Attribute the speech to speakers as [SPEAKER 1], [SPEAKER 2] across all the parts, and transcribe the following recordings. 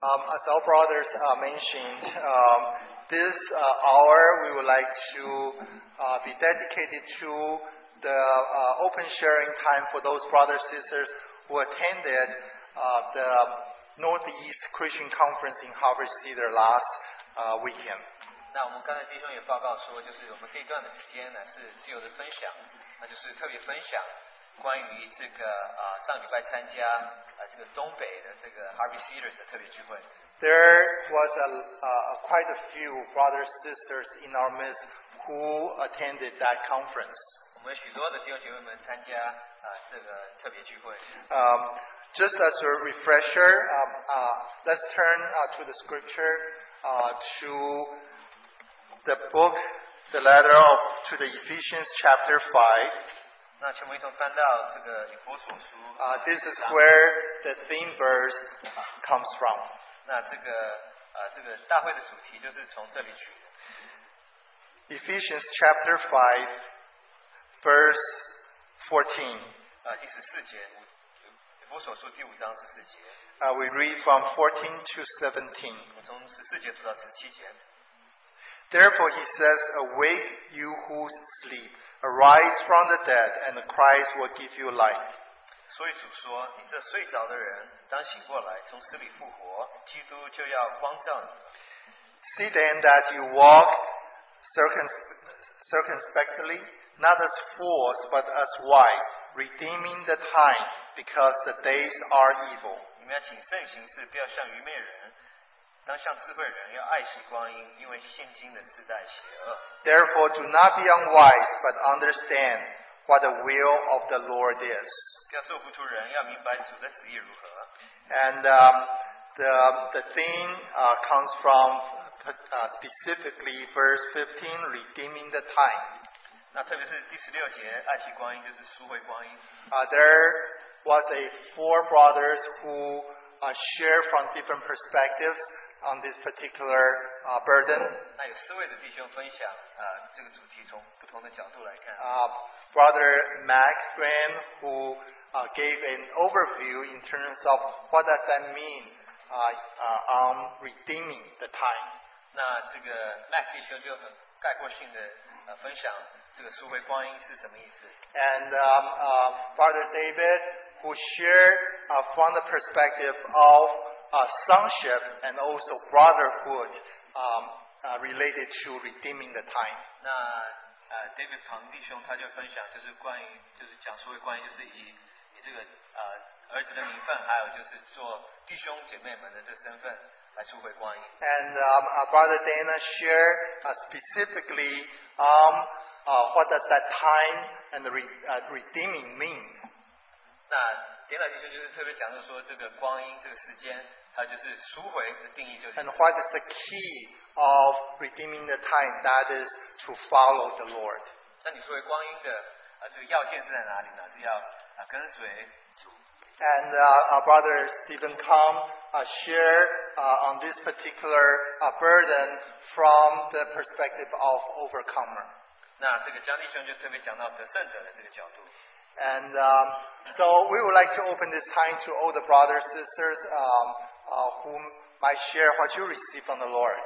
[SPEAKER 1] Um, As our brothers uh, mentioned, um, this uh, hour we would like to uh, be dedicated to the uh, open sharing time for those brothers and sisters who attended uh, the Northeast Christian Conference in Harvest City last uh, weekend.
[SPEAKER 2] 那我们刚才弟兄也报告说，就是我们这一段的时间呢是自由的分享，那就是特别分享关于这个啊、上礼拜参加啊、这个东北的这个 Harvey Cedars 的特别聚会。
[SPEAKER 1] There was a, uh, quite a few brothers sisters in our midst who attended that conference.
[SPEAKER 2] 我们许多的弟兄姐妹们参加啊、这个特别聚会。
[SPEAKER 1] Um, just as a refresher, um, uh, let's turn uh, to the scripture uh, to the book, the letter of, to the Ephesians chapter 5.
[SPEAKER 2] 那请我们一同翻到这个以佛所书
[SPEAKER 1] Uh, this is where the theme verse comes from.
[SPEAKER 2] 那这个啊、这个大会的主题就是从这里取的。
[SPEAKER 1] Ephesians chapter 5, verse 14.
[SPEAKER 2] 啊，第十四节，五以佛所书第五章十四节，
[SPEAKER 1] Uh, we read from 14 to 17.
[SPEAKER 2] 我们 从十四节读到十七节。
[SPEAKER 1] Therefore he says, Awake, you who sleep, arise from the dead, and Christ will give you light.
[SPEAKER 2] 所以主说：“你这睡着的人，当醒过来，从死里复活，基督就要光照你。
[SPEAKER 1] See then that you walk circumspe- circumspectly, not as fools, but as wise, redeeming the time, because the days are evil.
[SPEAKER 2] 你们要谨慎行事，不要像愚昧人，当像智慧人，要爱惜光阴，因为现今的世代邪恶。
[SPEAKER 1] Therefore, do not be unwise, but understand what the will of the Lord is.
[SPEAKER 2] 不要做糊涂人，要明白主的旨意如何。
[SPEAKER 1] And um, the, the theme uh, comes from uh, specifically verse 15, redeeming the time.
[SPEAKER 2] 那特别是第十六节，爱惜光阴就是赎回光阴。
[SPEAKER 1] Uh, there was a four brothers who uh, share from different perspectives on this particular uh, burden.
[SPEAKER 2] 那有四位的弟兄分享啊、这个主题从不同的角度来看。
[SPEAKER 1] Uh, Brother Mac Graham, who uh, gave an overview in terms of what does that mean uh, uh, on redeeming the time.
[SPEAKER 2] 那这个麦弟兄就很概括性的呃分享这个赎回光阴是什么意思。
[SPEAKER 1] And um, uh, Brother David, who shared uh, from the perspective of uh, sonship and also brotherhood um, uh, related to redeeming the time.
[SPEAKER 2] 那呃，David 庞弟兄他就分享，就是关于就是讲述关于就是以以这个呃儿子的名分，还有就是做弟兄姐妹们的这身份来赎回光阴。
[SPEAKER 1] And um, uh, Brother Dana shared uh, specifically um, uh, what does that time and the re- uh, redeeming mean.
[SPEAKER 2] 那典奶弟兄就是特别讲到说，这个光阴这个时间，它就是赎回的定义就是
[SPEAKER 1] And what is the key of redeeming the time? That is to follow the Lord.
[SPEAKER 2] 那你说回光阴的啊、这个要件是在哪里呢？是要啊、跟随主。
[SPEAKER 1] And uh, our brother Stephen Kong uh, shared uh, on this particular uh, burden from the perspective of overcomer.
[SPEAKER 2] 那这个江弟兄就特别讲到得胜者的这个角度。
[SPEAKER 1] And um, so we would like to open this time to all the brothers, sisters um, uh, whom might share what you receive from the Lord.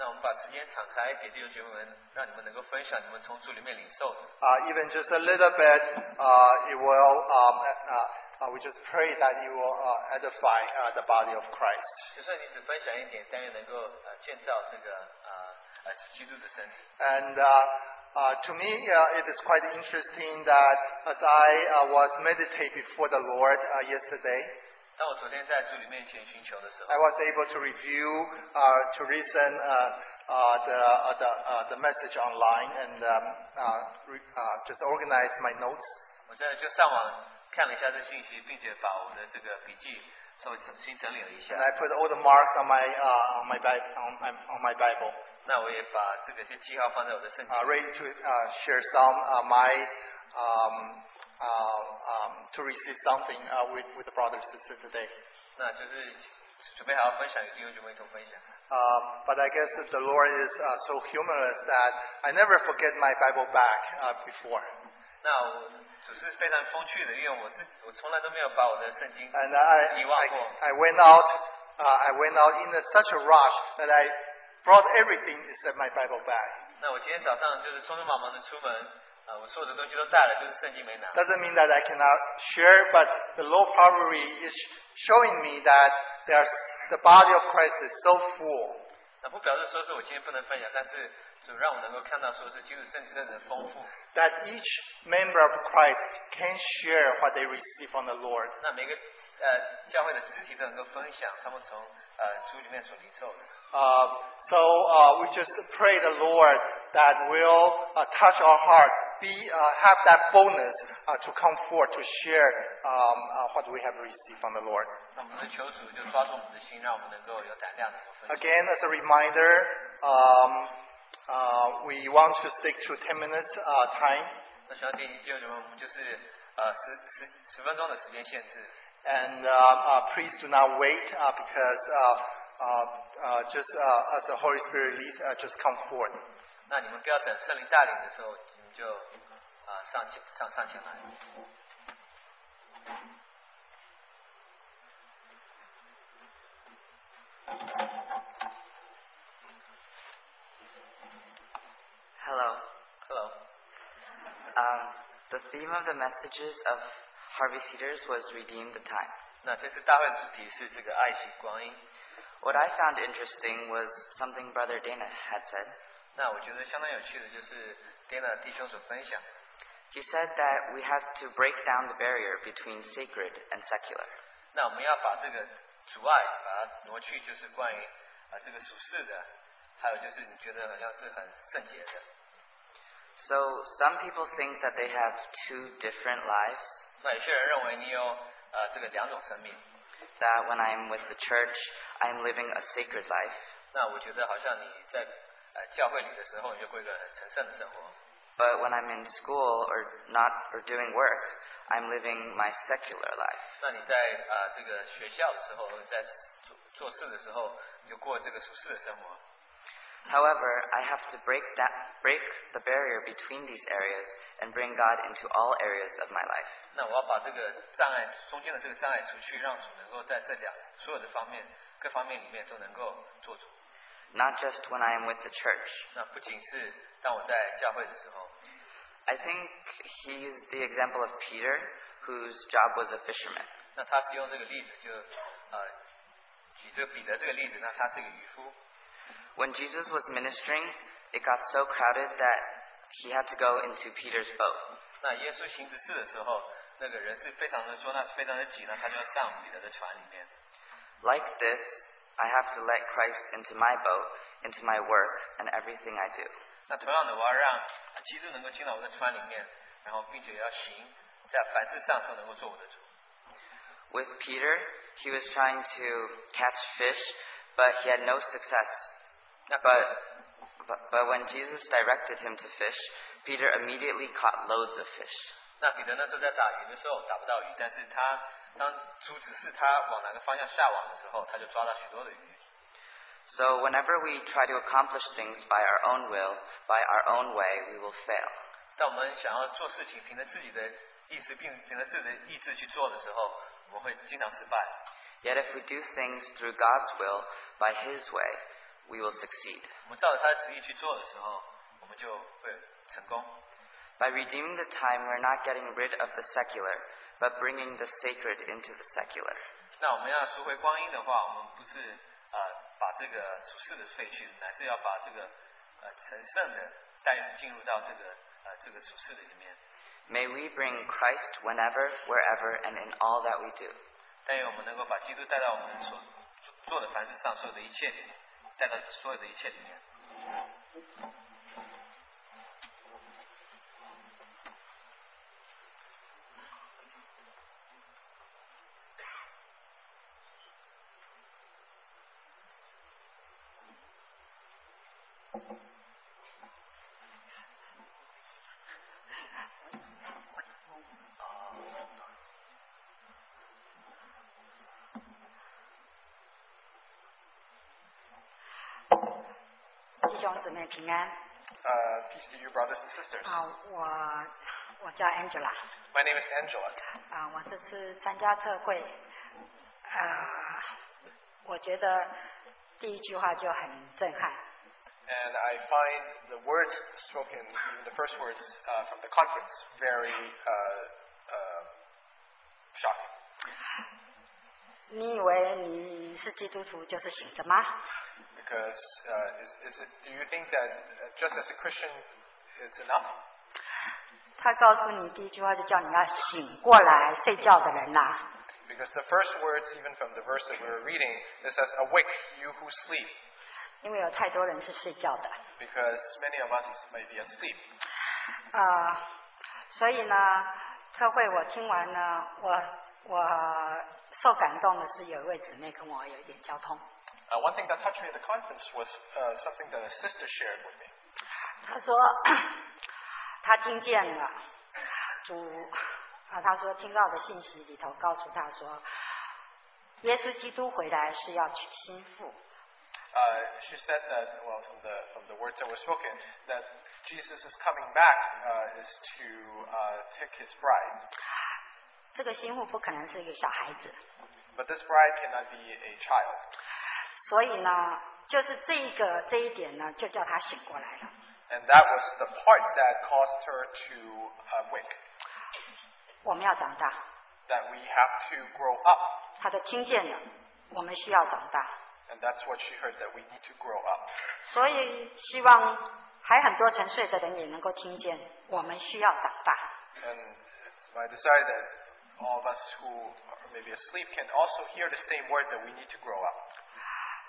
[SPEAKER 2] 那我们把时间敞开给弟兄姐妹们，让你们能够分享你们从主里面领受的。
[SPEAKER 1] Uh, even just a little bit, uh, it will, um, uh, uh, we just pray that you will uh, edify uh, the body of Christ.
[SPEAKER 2] 就算你只分享一点，但愿能够呃建造这个呃呃基督的身体。
[SPEAKER 1] And uh, uh, to me, uh, it is quite interesting that as I uh, was meditating before the Lord uh, yesterday,
[SPEAKER 2] 当我昨天在主里面前寻求的时候
[SPEAKER 1] I，was able to review, uh, to listen uh, uh, the, uh, the, uh, the message online and um, uh, re- uh, just organize my notes.
[SPEAKER 2] 我真的就上网看了一下这信息，并且把我的这个笔记稍微重新整理了一下
[SPEAKER 1] And。I put all the marks on my, uh, on my, Bi- on, on my Bible,
[SPEAKER 2] 那我也把这个些记号放在我的圣经
[SPEAKER 1] uh, ready to uh, share some uh, my, um, uh, um, to receive something uh, with, with the brothers and sisters today.
[SPEAKER 2] 那就是准备好好分享，有弟兄姐妹一同分享。
[SPEAKER 1] Um, but I guess that the Lord is uh, so humorous that I never forget my Bible back uh, before.
[SPEAKER 2] 那我只是非常风趣的，因为我自我从来都没有把我的圣经
[SPEAKER 1] And I,
[SPEAKER 2] 遗
[SPEAKER 1] I,
[SPEAKER 2] 忘过。
[SPEAKER 1] I went out uh, I went out in a, such a rush that I brought everything except my Bible bag.
[SPEAKER 2] 那我今天早上就是匆匆忙忙的出门，啊，我所有的东西都带了，就是圣经没拿。
[SPEAKER 1] Doesn't mean that I cannot share, but the Lord probably is showing me that there's the body of Christ is so full.
[SPEAKER 2] 那不表示说是我今天不能分享，但是主让我能够看到说是基督圣经真的很丰富。
[SPEAKER 1] that each member of Christ can share what they receive from the Lord.
[SPEAKER 2] 那每个呃教会的肢体都能够分享他们从呃主里面所领受的。
[SPEAKER 1] Uh, so uh, we just pray the Lord that will uh, touch our heart, be uh, have that boldness uh, to come forward to share um, uh, what we have received from the Lord.
[SPEAKER 2] 那我们的求主就抓住我们的心，让我们能够有胆量能够分享。
[SPEAKER 1] Again, as a reminder, um, uh, we want to stick to 10 minutes uh, time,
[SPEAKER 2] 那学校电影第二节我们就是呃十十十分钟的时间限制。
[SPEAKER 1] and uh, uh, please do not wait uh, because. Uh, uh, uh, just uh, as the Holy Spirit leads, uh, just come forward.
[SPEAKER 2] 那你们不要等圣灵带领的时候，你们就啊、呃上前上上前来。
[SPEAKER 3] Hello.
[SPEAKER 2] Hello，
[SPEAKER 3] Um, the theme of the messages of Harvey Cedars was Redeem the Time.
[SPEAKER 2] 那这次大会的主题是这个爱惜光阴。
[SPEAKER 3] What I found interesting was something Brother Dana had said.
[SPEAKER 2] 那我觉得相当有趣的就是 Dana 弟兄所分享的，
[SPEAKER 3] He said that we have to break down the barrier between sacred and secular.
[SPEAKER 2] 那我们要把这个阻碍把它挪去，就是关于啊、这个属世的，还有就是你觉得好像是很圣洁的。
[SPEAKER 3] So some people think that they have two different lives,
[SPEAKER 2] 那有些人认为你有呃这个两种生命，
[SPEAKER 3] that when I'm with the church, I'm living a sacred life,
[SPEAKER 2] 那我觉得好像你在呃教会里的时候，你就过一个很神圣的生活。
[SPEAKER 3] but when I'm in school or not or doing work, I'm living my secular life.
[SPEAKER 2] 那你在啊、呃这个学校的时候，在做做事的时候，你就过这个属世的生活。
[SPEAKER 3] However, I have to break that break the barrier between these areas and bring God into all areas of my life.
[SPEAKER 2] 那我要把这个障碍中间的这个障碍除去，让主能够在这两所有的方面各方面里面都能够做主。
[SPEAKER 3] Not just when I am with the church.
[SPEAKER 2] 那不仅是当我在教会的时候，
[SPEAKER 3] I think he used the example of Peter, whose job was a fisherman.
[SPEAKER 2] 那他使用这个例子就呃举这个彼得这个例子，那他是一个渔夫。
[SPEAKER 3] When Jesus was ministering, it got so crowded that he had to go into Peter's boat.
[SPEAKER 2] 那耶稣行指示的时候，那个人是非常的说那是非常的挤，那他就要上彼得的船里面。
[SPEAKER 3] Like this, I have to let Christ into my boat, into my work, and everything I do.
[SPEAKER 2] 那同样的，我要让基督能够进到我的船里面，然后并且要行在凡事上都能够做我的主。
[SPEAKER 3] With Peter, he was trying to catch fish, but he had no success. But, but, but when Jesus directed him to fish, Peter immediately caught loads of fish.
[SPEAKER 2] 那彼得那时候在打鱼的时候打不到鱼，但是他当主指示他往哪个方向下网的时候，他就抓到许多的鱼。
[SPEAKER 3] So whenever we try to accomplish things by our own will, by our own way, we will fail.
[SPEAKER 2] 当我们想要做事情，凭着自己的意识，并凭着自己的意志去做的时候，我们会经常失败。
[SPEAKER 3] Yet if we do things through God's will, by His way, we will succeed.
[SPEAKER 2] 我们照着他的旨意去做的时候，我们就会成功。
[SPEAKER 3] By redeeming the time, we're not getting rid of the secular, but bringing the sacred into the secular.
[SPEAKER 2] 那我们要赎回光阴的话，我们不是啊、呃把这个属世的废去，乃是要把这个呃神圣的带入进入到这个呃这个属世的里面。
[SPEAKER 3] May we bring Christ whenever, wherever, and in all that we do.
[SPEAKER 2] 但愿我们能够把基督带到我们所做做的凡事上所有的一切里面，带到所有的一切里面。
[SPEAKER 4] 弟兄姊妹平安
[SPEAKER 1] Uh, peace to you, brothers and sisters.
[SPEAKER 4] 啊、我我叫 Angela
[SPEAKER 1] My name is Angela.
[SPEAKER 4] 啊、我这次参加特会，啊、我觉得第一句话就很震撼。
[SPEAKER 5] And I find the words spoken, even the first words uh, from the conference, very uh, uh, shocking.
[SPEAKER 4] 你以为你是基督徒就是醒着吗？
[SPEAKER 5] Because uh, is, is it, do you think that uh, just as a Christian is enough?
[SPEAKER 4] 他告诉你第一句话就叫你要醒过来，睡觉的人呐、
[SPEAKER 5] Because the first words, even from the verse that we were reading, it says, Awake, you who sleep.
[SPEAKER 4] 因为有太多人是睡觉的。
[SPEAKER 5] Because many of us may be asleep.
[SPEAKER 4] 呃，所以呢，特会我听完呢，我我受感动的是有一位姊妹跟我有一点交通，
[SPEAKER 5] Uh, one thing that touched me at the conference was uh, something that a sister shared with me.
[SPEAKER 4] 她说 她听见了主啊，她说听到的信息里头告诉她说，耶稣基督回来是要娶新妇，
[SPEAKER 5] Uh, she said that, well, from the, from the words that were spoken, that Jesus is coming back uh, is to uh, take his bride.
[SPEAKER 4] 这个新妇不可能是一个小孩子，
[SPEAKER 5] But this bride cannot be a child.
[SPEAKER 4] 所以呢，就是这一个这一点呢，就叫她醒过来了。
[SPEAKER 5] And that was the part that caused her to uh, wake,
[SPEAKER 4] 我们要长大，
[SPEAKER 5] that we have to grow up.
[SPEAKER 4] 她都听见了，我们需要长大。
[SPEAKER 5] And that's what she heard, that we need to grow up.
[SPEAKER 4] 所以希望还很多沉睡的人也能够听见，我们需要长大。
[SPEAKER 5] And it's my desire that all of us who are maybe asleep can also hear the same word that we need to grow up.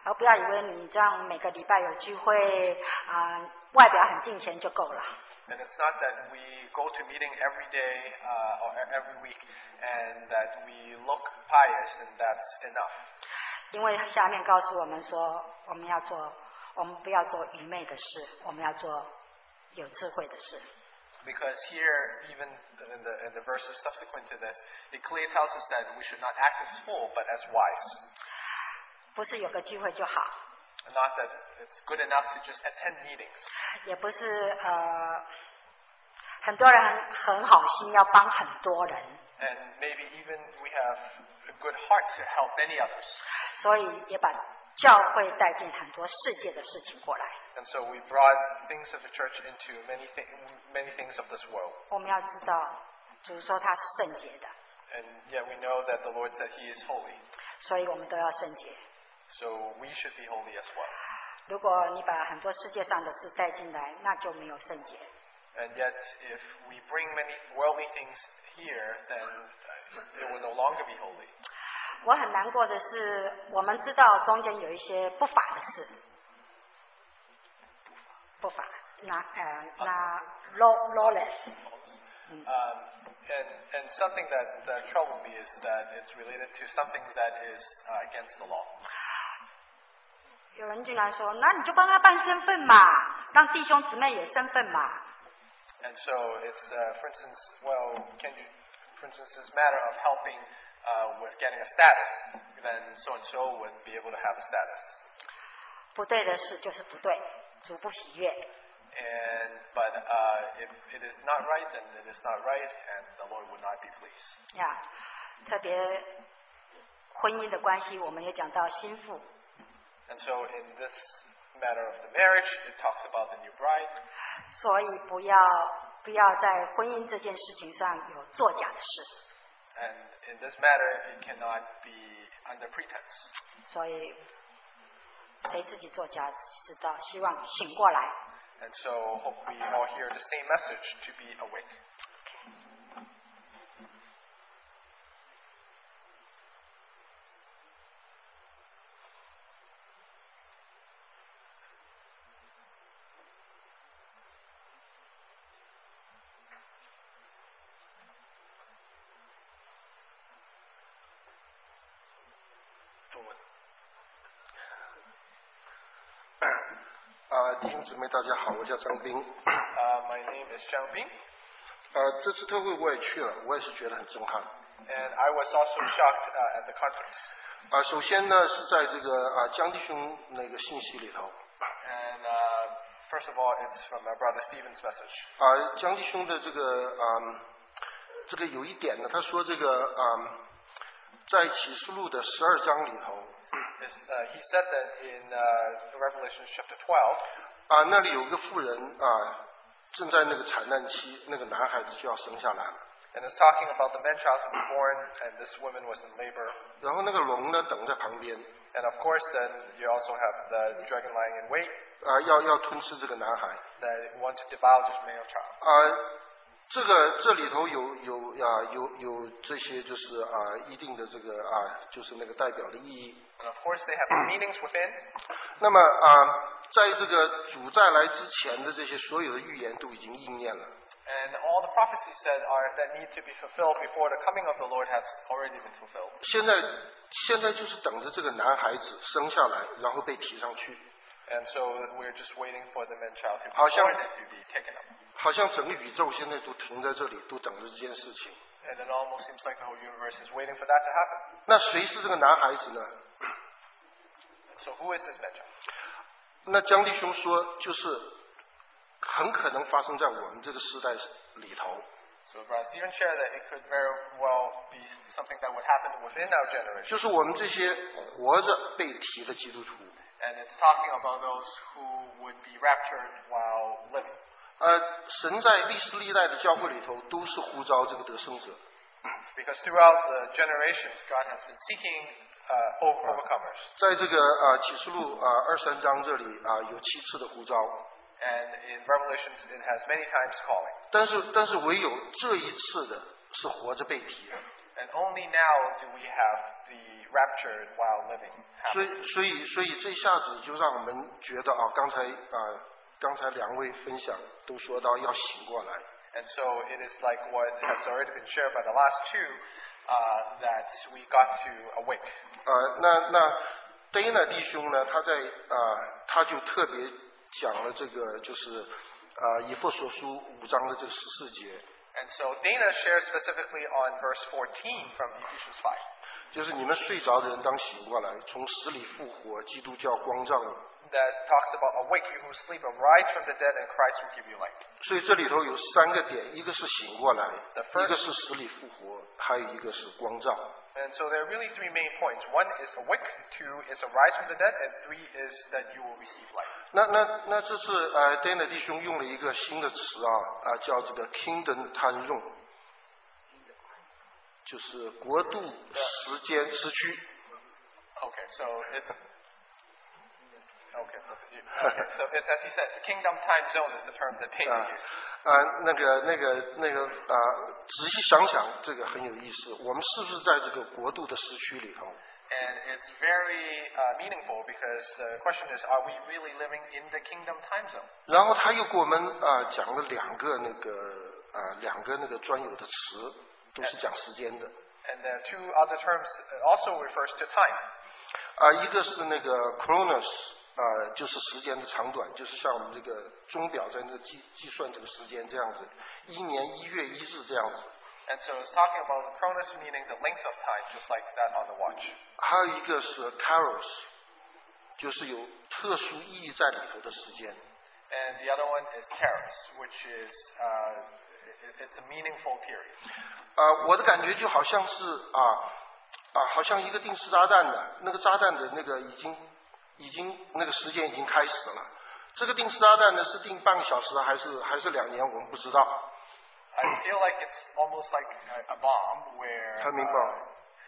[SPEAKER 4] 而不要以为你这样每个礼拜有聚会啊、外表很敬虔就够了。
[SPEAKER 5] And it's not that we go to meeting every day uh, or e- every week and that we look pious and that's enough.
[SPEAKER 4] 因为下面告诉我们说，我们要做，我们不要做愚昧的事，我们要做有智慧的事。
[SPEAKER 5] Because here, even in the, in the verses subsequent to this, it clearly tells us that we should not act as fool, but as wise.
[SPEAKER 4] 不是有个聚会就好，
[SPEAKER 5] Not that it's good enough to just attend meetings.
[SPEAKER 4] 也不是呃，很多人很好心要帮很多人，
[SPEAKER 5] And maybe even we have a good heart to help many others.
[SPEAKER 4] 所以也把教会带进很多世界的事情过来。
[SPEAKER 5] And so we brought things of the church into many, th- many things of this world.
[SPEAKER 4] 我们要知道，主说他是圣洁的，
[SPEAKER 5] And yet we know that the Lord said He is holy.
[SPEAKER 4] 所以我们都要圣洁。
[SPEAKER 5] So we should be holy as well.
[SPEAKER 4] 如果你把很多世界上的事带进来，那就没有圣洁。
[SPEAKER 5] And yet, if we bring many worldly things here, then uh, it will no longer be holy.
[SPEAKER 4] 我很难过的是，我们知道中间有一些不法的事，不法，那呃那 law lawless，
[SPEAKER 5] Um, and, and something that, that troubled me is that it's related to something that is uh, against the law.
[SPEAKER 4] 有人竟然说，那你就帮他办身份嘛，让弟兄姊妹也身份嘛。
[SPEAKER 5] And so it's, uh, for instance, well, can you, for instance, this matter of helping uh, with getting a status, then so and so would be able to have a status.
[SPEAKER 4] 不对的事就是不对，主不喜悦。
[SPEAKER 5] And but uh, if it is not right, then it is not right, and the Lord would not be pleased.
[SPEAKER 4] 呀，特别婚姻的关系，我们也讲到心腹，
[SPEAKER 5] And so in this matter of the marriage, it talks about the new bride.
[SPEAKER 4] 所以不要不要在婚姻这件事情上有作假的事。
[SPEAKER 5] And in this matter, it cannot be under pretense.
[SPEAKER 4] 所以谁自己作假知道，希望醒过来。
[SPEAKER 5] And so hope we all hear the same message to be awake. 中文。
[SPEAKER 6] 啊，弟兄姊妹，大家好，我叫张斌。
[SPEAKER 5] Uh, my name is Zhang Bing,
[SPEAKER 6] 呃，这次特会我也去了，我也是觉得很震撼。
[SPEAKER 5] and I was also shocked uh, at the conference.
[SPEAKER 6] 啊，首先呢是在这个啊江弟兄那个信息里头，
[SPEAKER 5] And uh, first of all, it's from my brother Stephen's message.
[SPEAKER 6] 啊江弟兄的这个啊这个有一嗯点呢，他说这个啊在启示录的十二章里头，
[SPEAKER 5] It is, uh, he said that in uh, Revelation chapter 12.
[SPEAKER 6] 啊，那里有个妇人啊，正在那个产难期，那个男孩子就要生下来了。
[SPEAKER 5] And it's talking about the man child who was born, and this woman was in labor.
[SPEAKER 6] 然后那个龙呢，等在旁边啊
[SPEAKER 5] And of course, then you also have the dragon lying in wait
[SPEAKER 6] 啊，要要吞吃这个男孩
[SPEAKER 5] that want to devour this male child.
[SPEAKER 6] 啊。这个这里头有有啊有有这些就是啊一定的这个啊就是那个代表的意义。啊
[SPEAKER 5] And of course, they have meanings within.
[SPEAKER 6] 那么啊，在这个主再来之前的这些所有的预言都已经应验了。
[SPEAKER 5] And all the prophecies said are that need to be fulfilled before the coming of the Lord has already been fulfilled.
[SPEAKER 6] 现在现在就是等着这个男孩子生下来，然后被提上去，
[SPEAKER 5] And so we're just waiting for the man child to be
[SPEAKER 6] 好像
[SPEAKER 5] born and to be taken up.
[SPEAKER 6] 好像整个宇宙现在都停在这里，都等着这件事情。
[SPEAKER 5] And it almost seems like the whole universe is waiting for that to happen.
[SPEAKER 6] 那谁是这个男孩子呢？
[SPEAKER 5] And so who is this man child?
[SPEAKER 6] 那江弟兄说，就是很可能发生在我们这个时代里头。
[SPEAKER 5] So Brother Stephen shared that it could very well be something that would happen within our generation.
[SPEAKER 6] 就是我们这些活着被提的基督徒，
[SPEAKER 5] And it's talking about those who would be raptured while living.
[SPEAKER 6] 呃，神在历史历代的教会里头都是呼召这个得胜者，
[SPEAKER 5] Because throughout the generations, God has been seeking uh, over- overcomers.
[SPEAKER 6] 啊在这个啊启示录啊二三章这里啊有七次的呼召，
[SPEAKER 5] And in Revelations, it has many times calling.
[SPEAKER 6] 但是但是唯有这一次的是活着被提的，
[SPEAKER 5] And only now do we have the raptured while living
[SPEAKER 6] 所
[SPEAKER 5] happen.
[SPEAKER 6] 以所以所以这一下子就让我们觉得啊，刚才啊刚才两位分享都说到要醒过来，
[SPEAKER 5] And so it is like what has already been shared by the last two uh, that we got to awake.
[SPEAKER 6] 呃，那那 Dana 弟兄呢，他在啊、他就特别讲了这个，就是啊、以弗所书五章的这个十四节，
[SPEAKER 5] And so Dana shares specifically on verse 14 from Ephesians 5
[SPEAKER 6] 就是你们睡着的人当醒过来，从死里复活，基督教光照你。
[SPEAKER 5] that talks about awake you who sleep, arise from the dead, and Christ will give you light.
[SPEAKER 6] 所以这里头有三个点，一个是醒过来，
[SPEAKER 5] The
[SPEAKER 6] 一
[SPEAKER 5] first-
[SPEAKER 6] 个是死里复活，还有一个是光照。
[SPEAKER 5] And so there are really three main points. One is awake, two is arise from the dead, and three is that you will receive light.
[SPEAKER 6] 那那那这次呃，Dana 弟兄用了一个新的词啊啊、叫这个 “kingdom time zone”，就是国度、时间、时区。
[SPEAKER 5] Okay, so it's okay. you- okay, So it's as he said, the kingdom time zone is the term that Peyton
[SPEAKER 6] 啊
[SPEAKER 5] used.
[SPEAKER 6] 啊，那个那个那个啊，仔细想想，这个很有意思。我们是不是在这个国度的时区里头？
[SPEAKER 5] And it's very uh, meaningful because the question is, are we really living in the kingdom time zone?
[SPEAKER 6] 然后他又给我们啊讲了两个那个啊两个那个专有的词，都是讲时间的
[SPEAKER 5] And the two other terms also refers to time.
[SPEAKER 6] 啊，一个是那个 chronos 啊，就是时间的长短，就是像我们这个钟表在那计计算这个时间这样子，一年一月一日这样子。
[SPEAKER 5] And so it's talking about chronos, meaning the length of time, just like that on the watch.
[SPEAKER 6] 还有一个是 caros，就是有特殊意义在里头的时间。啊
[SPEAKER 5] And the other one is Keros, which is uh, it- it's a meaningful period.
[SPEAKER 6] 啊、我的感觉就好像是啊啊，好像一个定时炸弹的，那个炸弹的那个已经已经那个时间已经开始了。这个定时炸弹呢是定半个小时还是还是两年，我们不知道。
[SPEAKER 5] I feel like it's almost like a, a bomb where uh,
[SPEAKER 6] Timing bomb.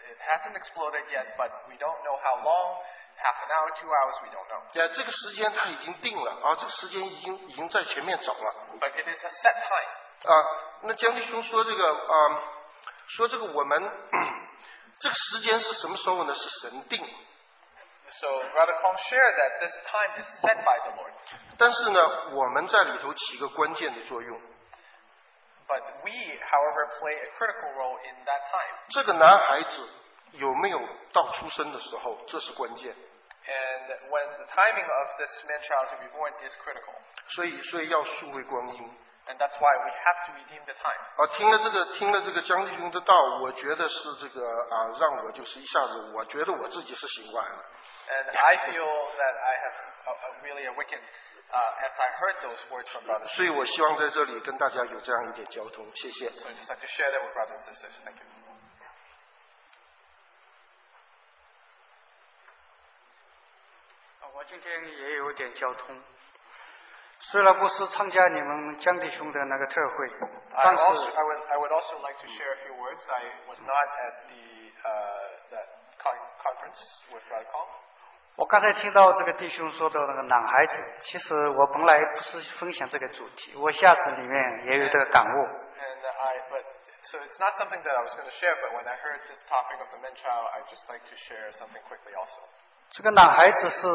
[SPEAKER 5] it hasn't exploded yet, but we don't know how long. Half an hour, two hours, we don't know.
[SPEAKER 6] 哎，这个时间它已经定了啊，这个时间已经已经在前面走了
[SPEAKER 5] But it is a set time.
[SPEAKER 6] 啊。那江弟兄说这个啊，说这个我们这个时间是什么时候呢？是神定。
[SPEAKER 5] So Brother Kong shared that this time is set by the Lord,
[SPEAKER 6] 但是呢，我们在里头起一个关键的作用。
[SPEAKER 5] but we, however, play a critical role in that time.
[SPEAKER 6] 这个男孩子有没有到出生的时候，这是关键。
[SPEAKER 5] And when the timing of this man child to be born is critical,
[SPEAKER 6] 所以，所以要数回光阴。
[SPEAKER 5] and that's why we have to redeem the time.
[SPEAKER 6] 啊，听了这个，听了这个江弟兄的道，我觉得是这个啊，让我就是一下子，我觉得我自己是醒过来了。
[SPEAKER 5] And I feel that I have a, a really awakened uh, as I heard those words from brothers.
[SPEAKER 6] 所以我希望在这里跟大家有这样一点交通，谢谢。
[SPEAKER 5] So I just like to share that with brothers and sisters. Thank you.
[SPEAKER 7] 我今天也有点交通。虽然不是参加你们江弟兄的那个特会，
[SPEAKER 5] I,
[SPEAKER 7] 但
[SPEAKER 5] also,
[SPEAKER 7] 是
[SPEAKER 5] I, would, I would also like to share a few words. I was not at the uh, that con- conference with Radcom.
[SPEAKER 7] 我刚才听到这个弟兄说的那个男孩子，其实我本来不是分享这个主题，我下次里面也有这个感悟。
[SPEAKER 5] And I, but so it's not something that I was going to share. But when I heard this topic of the men child, I'd just like to share something quickly also,
[SPEAKER 7] 这个男孩子是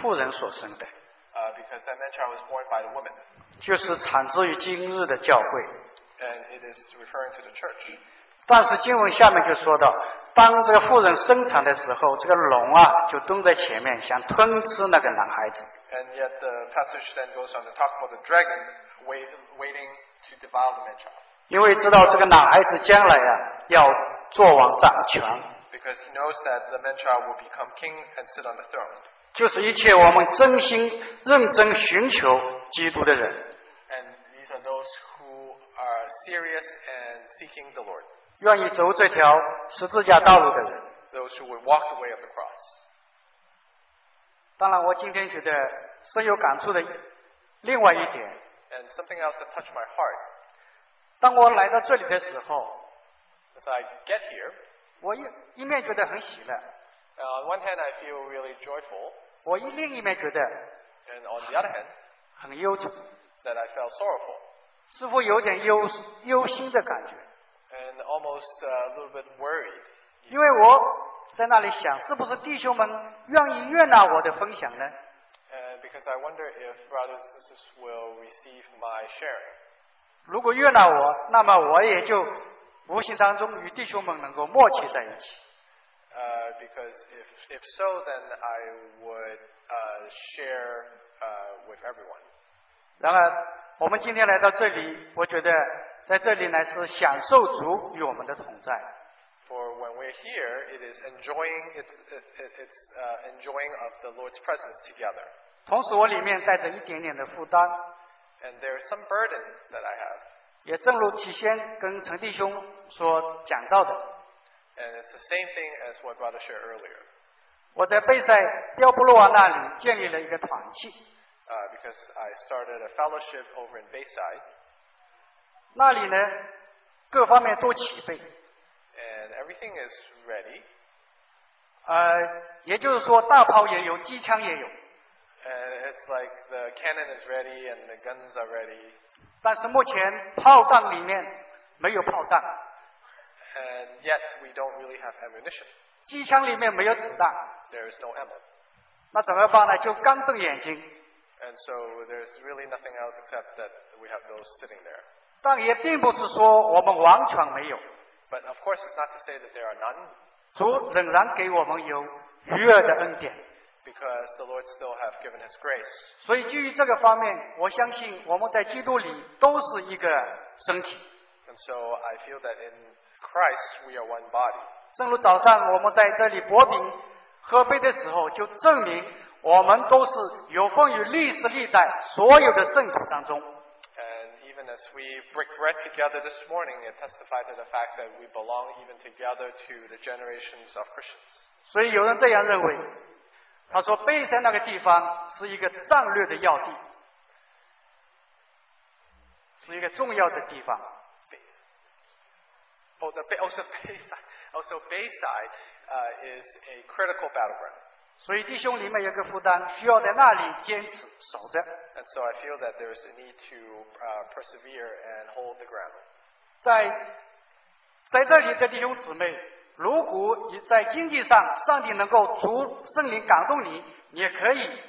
[SPEAKER 7] 妇人所生的，
[SPEAKER 5] uh, because that men child was born by the woman,
[SPEAKER 7] 就是产自于今日的教会。
[SPEAKER 5] and it is referring to the church.
[SPEAKER 7] 但是经文下面就说到，当这个妇人生产的时候，这个龙啊就蹲在前面，想吞吃那个男孩子。
[SPEAKER 5] And yet the passage then goes on to talk about the dragon wait, waiting to devour the man child,
[SPEAKER 7] 因为知道这个男孩子将来啊要做王掌权，
[SPEAKER 5] because he knows that the man child will become king and sit on the throne.
[SPEAKER 7] 就是一切我们真心认真寻求基督的人，
[SPEAKER 5] And these are those who are serious and seeking the Lord,
[SPEAKER 7] 愿意走这条十字架道路的人。
[SPEAKER 5] those who would walk the way of the cross.
[SPEAKER 7] 当然，我今天觉得深有感触的另外一点，
[SPEAKER 5] And something else that touched my heart
[SPEAKER 7] 当我来到这里的时候，
[SPEAKER 5] as I get here,
[SPEAKER 7] 我一一面觉得很喜乐，
[SPEAKER 5] uh, on one hand I feel really joyful,
[SPEAKER 7] 我一另一面觉得
[SPEAKER 5] and on the other hand
[SPEAKER 7] 很忧愁。
[SPEAKER 5] that I felt sorrowful
[SPEAKER 7] 似乎有点忧忧心的感觉，
[SPEAKER 5] and almost uh, a little bit worried
[SPEAKER 7] 因为我在那里想，是不是弟兄们愿意悦纳我的分享呢？
[SPEAKER 5] uh, because I wonder if brothers and sisters will receive my sharing.
[SPEAKER 7] 如果悦纳我，那么我也就无形当中与弟兄们能够默契在一起。
[SPEAKER 5] Uh, because if, if so, then I would uh, share uh, with everyone.
[SPEAKER 7] 然而，我们今天来到这里，我觉得在这里呢是享受主与我们的同在。
[SPEAKER 5] For when we're here, it is enjoying it's, it, it- it's uh, enjoying of the Lord's presence together.
[SPEAKER 7] 同时，我里面带着一点点的负担，
[SPEAKER 5] And there's some burden that I have,
[SPEAKER 7] 也正如起先跟陈弟兄所讲到的，
[SPEAKER 5] and it's the same thing as what Brother shared earlier.
[SPEAKER 7] 我在贝塞彪布洛娃那里建立了一个团契，
[SPEAKER 5] Uh, because I started a fellowship over in Bayside,
[SPEAKER 7] 那里呢，各方面都齐备。
[SPEAKER 5] and everything is ready.
[SPEAKER 7] 呃，也就是说，大炮也有，机枪也有，
[SPEAKER 5] And it's like the cannon is ready and the guns are ready,
[SPEAKER 7] 但是目前炮弹里面没有炮弹，
[SPEAKER 5] and yet we don't really have ammunition.
[SPEAKER 7] 机枪里面没有子弹，
[SPEAKER 5] There is no ammo.
[SPEAKER 7] 那怎么办呢？就干瞪眼睛，
[SPEAKER 5] And so there's really nothing else except that we have those sitting there.
[SPEAKER 7] 但也并不是说我们完全没有，
[SPEAKER 5] But of course, it's not to say that there are none,
[SPEAKER 7] 主仍然给我们有余额的恩典。
[SPEAKER 5] because the Lord still have given His grace.
[SPEAKER 7] 所以基于这个方面，我相信我们在基督里都是一个身体。
[SPEAKER 5] And so I feel that in Christ we are one body.
[SPEAKER 7] 正如早上我们在这里薄饼喝杯的时候，就证明我们都是有份于历史历代所有的圣徒当中。
[SPEAKER 5] And even as we break bread together this morning, it testifies to the fact that we belong even together to the generations of Christians.
[SPEAKER 7] 所以有人这样认为，他说贝山那个地方是一个战略的要地，是一个重要的地方。
[SPEAKER 5] Base. Oh, the, Ba- also Bayside. Also Bayside uh, is a critical battleground.
[SPEAKER 7] 所以弟兄里面有个负担，需要在那里坚持守着。
[SPEAKER 5] And so I feel that there is a need to uh, persevere and hold the ground.
[SPEAKER 7] 在在这里的弟兄姊妹，如果你在经济上上帝能够足圣灵感动你，你也可以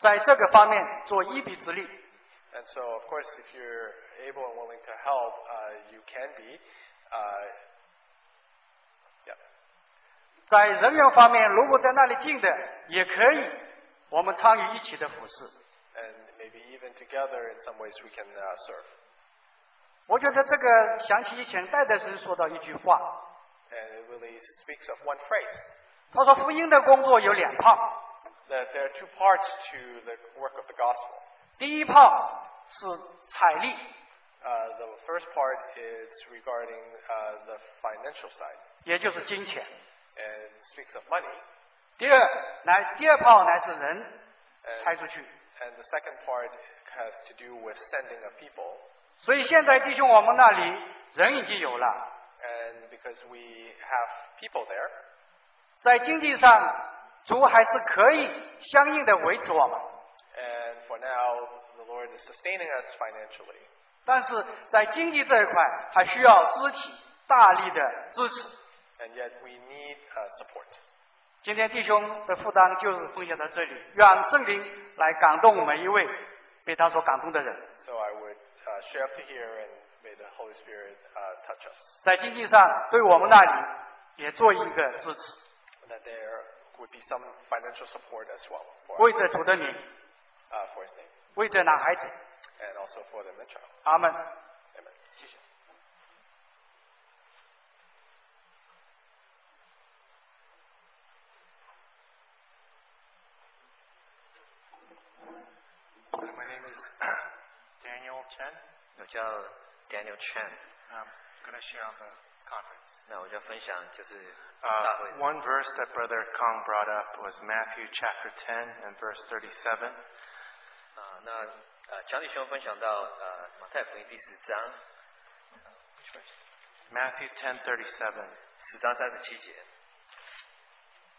[SPEAKER 7] 在这个方面做一臂之力。
[SPEAKER 5] And so, of course, if you're able and willing to help, uh, you can be. Uh, yeah.
[SPEAKER 7] 在人员方面，如果在那里进的，也可以我们参与一起的服饰。
[SPEAKER 5] And maybe even together, in some ways, we can uh, serve.
[SPEAKER 7] 我觉得这个想起以前戴德生说到一句话，
[SPEAKER 5] And it really speaks of one phrase
[SPEAKER 7] 他说福音的工作有两炮，
[SPEAKER 5] that there are two parts to the work of the gospel.
[SPEAKER 7] 第一炮是财力，
[SPEAKER 5] Uh, the first part is regarding uh, the financial side,
[SPEAKER 7] 也就是金钱；
[SPEAKER 5] and it speaks of money.
[SPEAKER 7] 第二，来第二炮呢是人，拆出去。
[SPEAKER 5] And the second part has to do with sending a people.
[SPEAKER 7] 所以现在弟兄，我们那里人已经有了，
[SPEAKER 5] And because we have people there,
[SPEAKER 7] 在经济上，主还是可以相应的维持我们，
[SPEAKER 5] and for now, the Lord is sustaining us financially.
[SPEAKER 7] 但是在经济这一块，还需要肢体大力的支持。
[SPEAKER 5] And yet we need uh, support.
[SPEAKER 7] 今天弟兄的负担就是奉献到这里，让圣灵来感动我们一位被他所感动的人，
[SPEAKER 5] So I would uh, share up to here and may the Holy Spirit uh, touch us.
[SPEAKER 7] 在经济上对我们那里也做一个支持，
[SPEAKER 5] That there would be some financial support as well for,
[SPEAKER 7] 为着主的名，
[SPEAKER 5] uh, for his name
[SPEAKER 7] 为着男孩子，
[SPEAKER 5] and also for the midchild.
[SPEAKER 7] 阿门。
[SPEAKER 5] Amen. 谢谢。
[SPEAKER 8] My name is Daniel Chen.
[SPEAKER 2] 我叫 Daniel Chen，
[SPEAKER 8] I'm going to share on the conference.
[SPEAKER 2] 那我就分享就是大会
[SPEAKER 8] Uh, one verse that Brother Kong brought up was Matthew chapter 10 and verse 37.
[SPEAKER 2] 啊，那呃，强弟兄分享到呃马太福音第十章
[SPEAKER 8] Matthew 10:37.
[SPEAKER 2] 十章三十七节，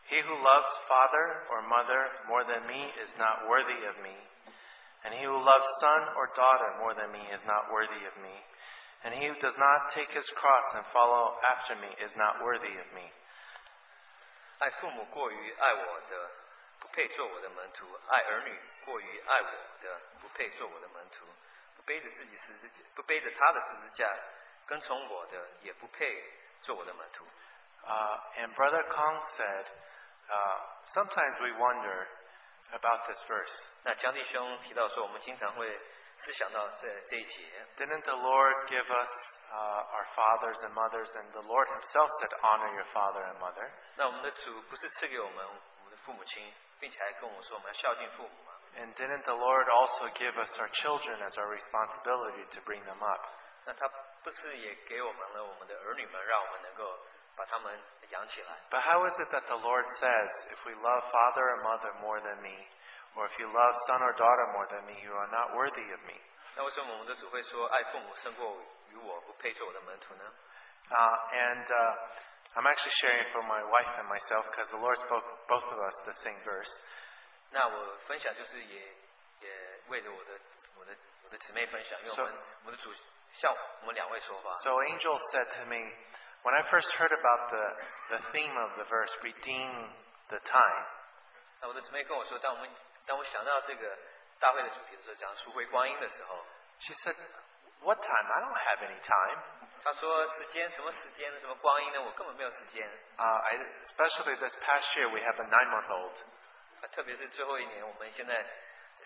[SPEAKER 8] He who loves father or mother more than me is not worthy of me. And he who loves son or daughter more than me is not worthy of me. And he who does not take his cross and follow after me is not worthy of me.
[SPEAKER 2] 爱父母过于爱我的，不配做我的门徒；爱儿女过于爱我的，不配做我的门徒。不背着自己十字架，不背着他的十字架，跟从我的，也不配做我的门徒。
[SPEAKER 8] Uh, and Brother Kong said, uh, sometimes we wonder about this verse.
[SPEAKER 2] 那江弟兄提到说，我们经常会思想到这这一节，
[SPEAKER 8] Didn't the Lord give us uh, our fathers and mothers? And the Lord Himself said, honor your father and mother.
[SPEAKER 2] 那我们的主不是赐给我们我们的父母亲，并且还跟我们说我们要孝敬父母吗？
[SPEAKER 8] And didn't the Lord also give us our children as our responsibility to bring them up?
[SPEAKER 2] 那他不是也给我们了我们的儿女们，让我们能够把他们养起来？
[SPEAKER 8] But how is it that the Lord says, if we love father or mother more than me, or if you love son or daughter more than me, you are not worthy of me?
[SPEAKER 2] 那为什么我们的主会说爱父母胜过于我，不配做我的门徒呢？
[SPEAKER 8] Uh, and uh, I'm actually sharing for my wife and myself because the Lord spoke both of us the same verse.
[SPEAKER 2] 那我分享就是也也为着我的我的我的姊妹分享，因为我们
[SPEAKER 8] So-
[SPEAKER 2] 我们的主向我们两位说话。
[SPEAKER 8] So Angel said to me, when I first heard about the, the theme of the verse, redeem the time,
[SPEAKER 2] 那我的姊妹跟我说，当我们当我想到这个大会的主题的时候，讲赎回光阴的时候，
[SPEAKER 8] she said, what time? I don't have any time.
[SPEAKER 2] 她说时间什么时间什么光阴呢？我根本没有时间。
[SPEAKER 8] Uh, I, especially this past year, we have a nine-month-old,
[SPEAKER 2] 那特别是最后一年，我们现在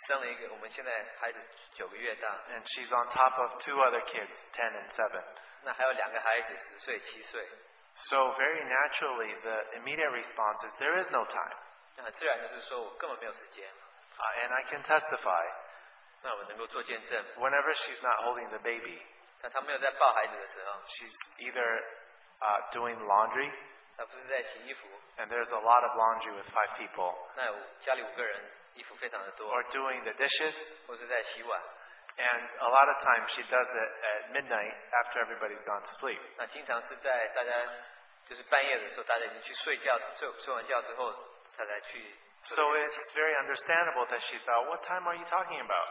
[SPEAKER 2] 生了一个，我们现在孩子九个月大，
[SPEAKER 8] and she's on top of two other kids, ten and seven.
[SPEAKER 2] 那还有两个孩子十岁、七岁。
[SPEAKER 8] So very naturally, the immediate response is there is no time,
[SPEAKER 2] 那很自然就是说我根本没有时间。
[SPEAKER 8] uh, and I can testify.
[SPEAKER 2] 那我能够做见证，
[SPEAKER 8] Whenever she's not holding the baby,
[SPEAKER 2] 那他没有在抱孩子的时候，
[SPEAKER 8] she's either uh, doing laundry,
[SPEAKER 2] 他不是在洗衣服。
[SPEAKER 8] and there's a lot of laundry with five people,
[SPEAKER 2] 那有家里五个人，衣服非常的多
[SPEAKER 8] or，doing the dishes,
[SPEAKER 2] 或是在洗碗。
[SPEAKER 8] and a lot of times she does it at midnight after everybody's gone to sleep.
[SPEAKER 2] 那经常是在大家就是半夜的时候，大家已经去睡觉，睡睡完觉之后，他才去。
[SPEAKER 8] So it's very understandable that she thought, "What time are you talking about?"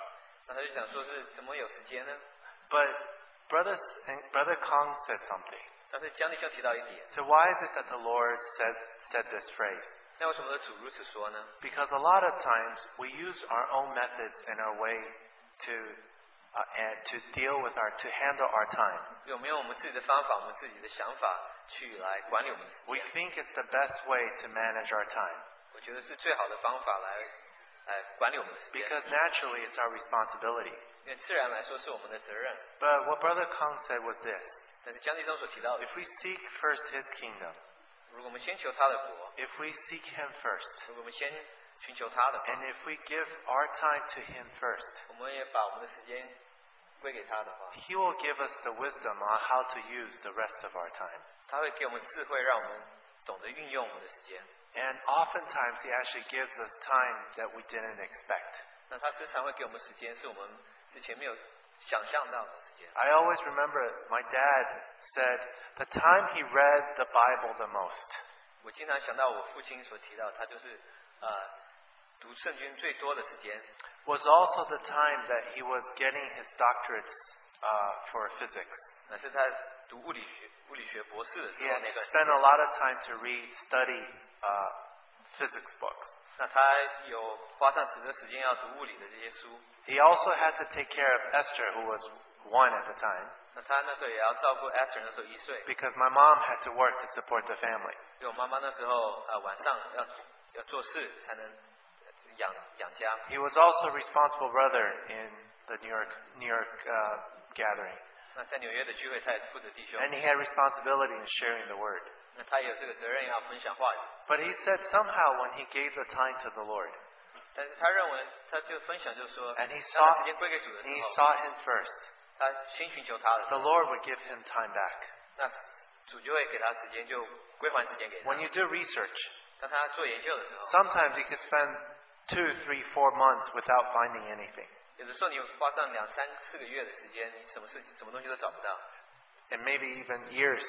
[SPEAKER 2] 那他就想说是怎么有时间呢？
[SPEAKER 8] But brothers and brother Kong said something.
[SPEAKER 2] 但是江立兄提到一点，
[SPEAKER 8] So why is it that the Lord says said this phrase?
[SPEAKER 2] 那为什么主如此说呢？
[SPEAKER 8] Because a lot of times we use our own methods and our way to uh, and to deal with our to handle our time.
[SPEAKER 2] 有没有我们自己的方法，我们自己的想法去来管理我们的时
[SPEAKER 8] We
[SPEAKER 2] 间？
[SPEAKER 8] think it's the best way to manage our time
[SPEAKER 2] 我觉得是最好的方法来来管理我们的时间，
[SPEAKER 8] because naturally it's our responsibility.
[SPEAKER 2] 因为自然来说是我们的责任。
[SPEAKER 8] But what brother Kong said was this:
[SPEAKER 2] 但是江立兄所提到的
[SPEAKER 8] If，we seek first His kingdom,
[SPEAKER 2] 如果我们先求他的国，
[SPEAKER 8] if we seek Him first,
[SPEAKER 2] 如果我们先寻求他的话
[SPEAKER 8] and，if we give our time to Him first,
[SPEAKER 2] 我们也把我们的时间归给他的话，
[SPEAKER 8] He will give us the wisdom on how to use the rest of our time.
[SPEAKER 2] 他会给我们智慧，让我们懂得运用我们的时间。
[SPEAKER 8] And oftentimes, He actually gives us time that we didn't expect.
[SPEAKER 2] 那他时常会给我们时间，是我们之前没有想象到的时间。
[SPEAKER 8] I always remember my dad said the time he read the Bible the most.
[SPEAKER 2] 我经常想到我父亲所提到，他就是呃读圣经最多的时间，
[SPEAKER 8] was also the time that he was getting his doctorates uh, for physics.
[SPEAKER 2] 那是他读物理学物理学博士的时
[SPEAKER 8] He
[SPEAKER 2] 候
[SPEAKER 8] had
[SPEAKER 2] 那段时
[SPEAKER 8] spent
[SPEAKER 2] 间。
[SPEAKER 8] a lot of time to read, study uh, physics books.
[SPEAKER 2] 那他有花上许多时间要读物理的这些书，
[SPEAKER 8] He also had to take care of Esther, who was one at the time,
[SPEAKER 2] 那他那时候也要照顾 Esther，那时候一岁，
[SPEAKER 8] because my mom had to work to support the family.
[SPEAKER 2] 因为我妈妈那时候呃晚上要要做事才能呃养养家。
[SPEAKER 8] He was also a responsible brother in the New York New York uh, gathering,
[SPEAKER 2] 那在纽约的聚会，他也是负责弟兄，
[SPEAKER 8] and he had responsibility in sharing the word.
[SPEAKER 2] 那他也有这个责任要分享话语。
[SPEAKER 8] But he said somehow when he gave the time to the Lord,
[SPEAKER 2] 但是他认为，他就分享就是说，
[SPEAKER 8] And he
[SPEAKER 2] 当把
[SPEAKER 8] sought,
[SPEAKER 2] 时间归给主的时
[SPEAKER 8] he
[SPEAKER 2] 候，
[SPEAKER 8] sought him first.
[SPEAKER 2] 他先寻求他的时
[SPEAKER 8] The
[SPEAKER 2] 候，
[SPEAKER 8] Lord would give him time back.
[SPEAKER 2] 那主就会给他时间，就归还时间给他
[SPEAKER 8] When。you do research,
[SPEAKER 2] 当他做研究的时候，
[SPEAKER 8] sometimes you can spend two, three, four months without finding anything.
[SPEAKER 2] 有的时候你花上两三四个月的时间，你什么事情、什么东西都找不到，
[SPEAKER 8] And maybe even years.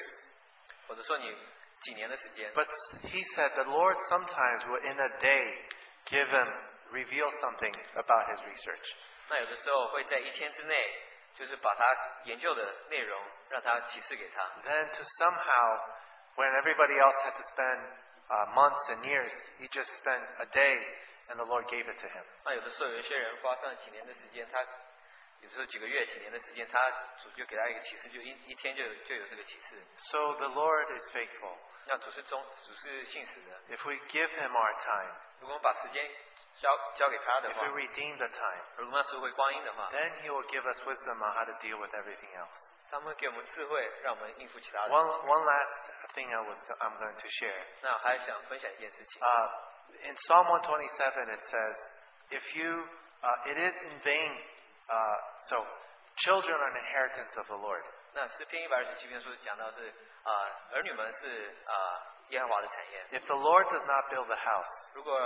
[SPEAKER 2] 或者说你几年的时间。
[SPEAKER 8] But he said the Lord sometimes will in a day give him reveal something about his research.
[SPEAKER 2] 那有的时候会在一天之内，就是把他研究的内容让他启示给他。
[SPEAKER 8] Then to somehow Uh, when everybody else had to spend uh, months and years, he just spent a day and the Lord gave it to him.
[SPEAKER 2] 那有的时候有一些人花上几年的时间，他有时候几个月、几年的时间，他主就给他一个启示，就一一天就有就有这个启示。
[SPEAKER 8] So the Lord is faithful.
[SPEAKER 2] 那主是忠，主是信实的。
[SPEAKER 8] If we give him our time,
[SPEAKER 2] 如果我们把时间交交给他的
[SPEAKER 8] if
[SPEAKER 2] 话，
[SPEAKER 8] we redeem the time, 哎
[SPEAKER 2] 如果我们要赎回光阴的话，
[SPEAKER 8] then he will give us wisdom on how to deal with everything else.
[SPEAKER 2] 他们会给我们智慧，让我们应付其他的。
[SPEAKER 8] One, one last thing I was, I'm going to share.
[SPEAKER 2] 那还想分享一件事情，
[SPEAKER 8] Uh, in Psalm 127, it says, "If you, uh, it is in vain." Uh, so, children are an inheritance of the Lord.
[SPEAKER 2] 那诗篇一百二十七篇说讲到是啊、儿女们是啊、耶和华的产业。
[SPEAKER 8] If the Lord does not build the house,
[SPEAKER 2] 如果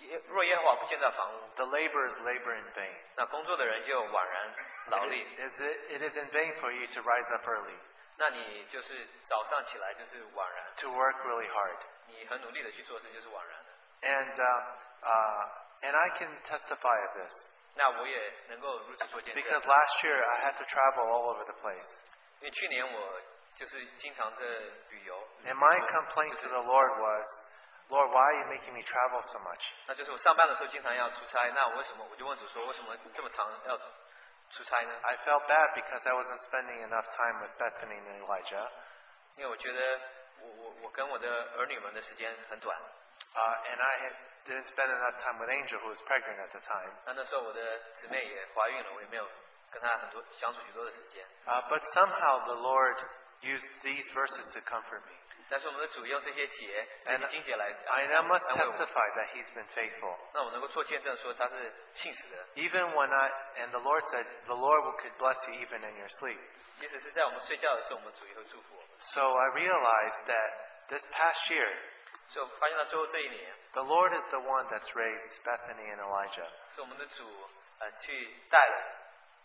[SPEAKER 2] 耶若耶和华不建造房屋，
[SPEAKER 8] the laborers labor in vain.
[SPEAKER 2] 那工作的人就枉然劳
[SPEAKER 8] It
[SPEAKER 2] 力。
[SPEAKER 8] is, it is in vain for you to rise up early,
[SPEAKER 2] 那你就是早上起来就是枉然，
[SPEAKER 8] to work really hard.
[SPEAKER 2] 你很努力的去做事就是枉然的。
[SPEAKER 8] And uh, uh, and I can testify of this
[SPEAKER 2] 那我也能够如此做见证，
[SPEAKER 8] because last year I had to travel all over the place.
[SPEAKER 2] 因为去年我就是经常的旅游，
[SPEAKER 8] And my complaint to the Lord was, Lord, why are you making me travel so much?
[SPEAKER 2] 那就是我上班的时候经常要出差，那我为什么我就问主说为什么这么长要出差呢？
[SPEAKER 8] I felt bad because I wasn't spending enough time with Bethany and Elijah,
[SPEAKER 2] 因为我觉得我我我跟我的儿女们的时间很短，
[SPEAKER 8] uh, and I had, didn't spend enough time with Angel, who was pregnant at the time.
[SPEAKER 2] 那那时候我的姊妹也怀孕了，我也没有跟她很多相处许多的时间。
[SPEAKER 8] Uh, but somehow the Lord used these verses to comfort me.
[SPEAKER 2] 但是我们的主用这些节、这
[SPEAKER 8] And
[SPEAKER 2] 些经节来呃
[SPEAKER 8] I now must
[SPEAKER 2] 安慰我。
[SPEAKER 8] testify that He's been faithful.
[SPEAKER 2] 那我能够做见证说他是信实的，
[SPEAKER 8] Even when I, and the Lord said, the Lord will- could bless you even in your sleep.
[SPEAKER 2] 即使是在我们睡觉的时候，我们主也会祝福我们。
[SPEAKER 8] So I realized that this past year,
[SPEAKER 2] 所以我发现到最后这一年，
[SPEAKER 8] the Lord is the one that's raised Bethany and Elijah.
[SPEAKER 2] 是我们的主呃去带了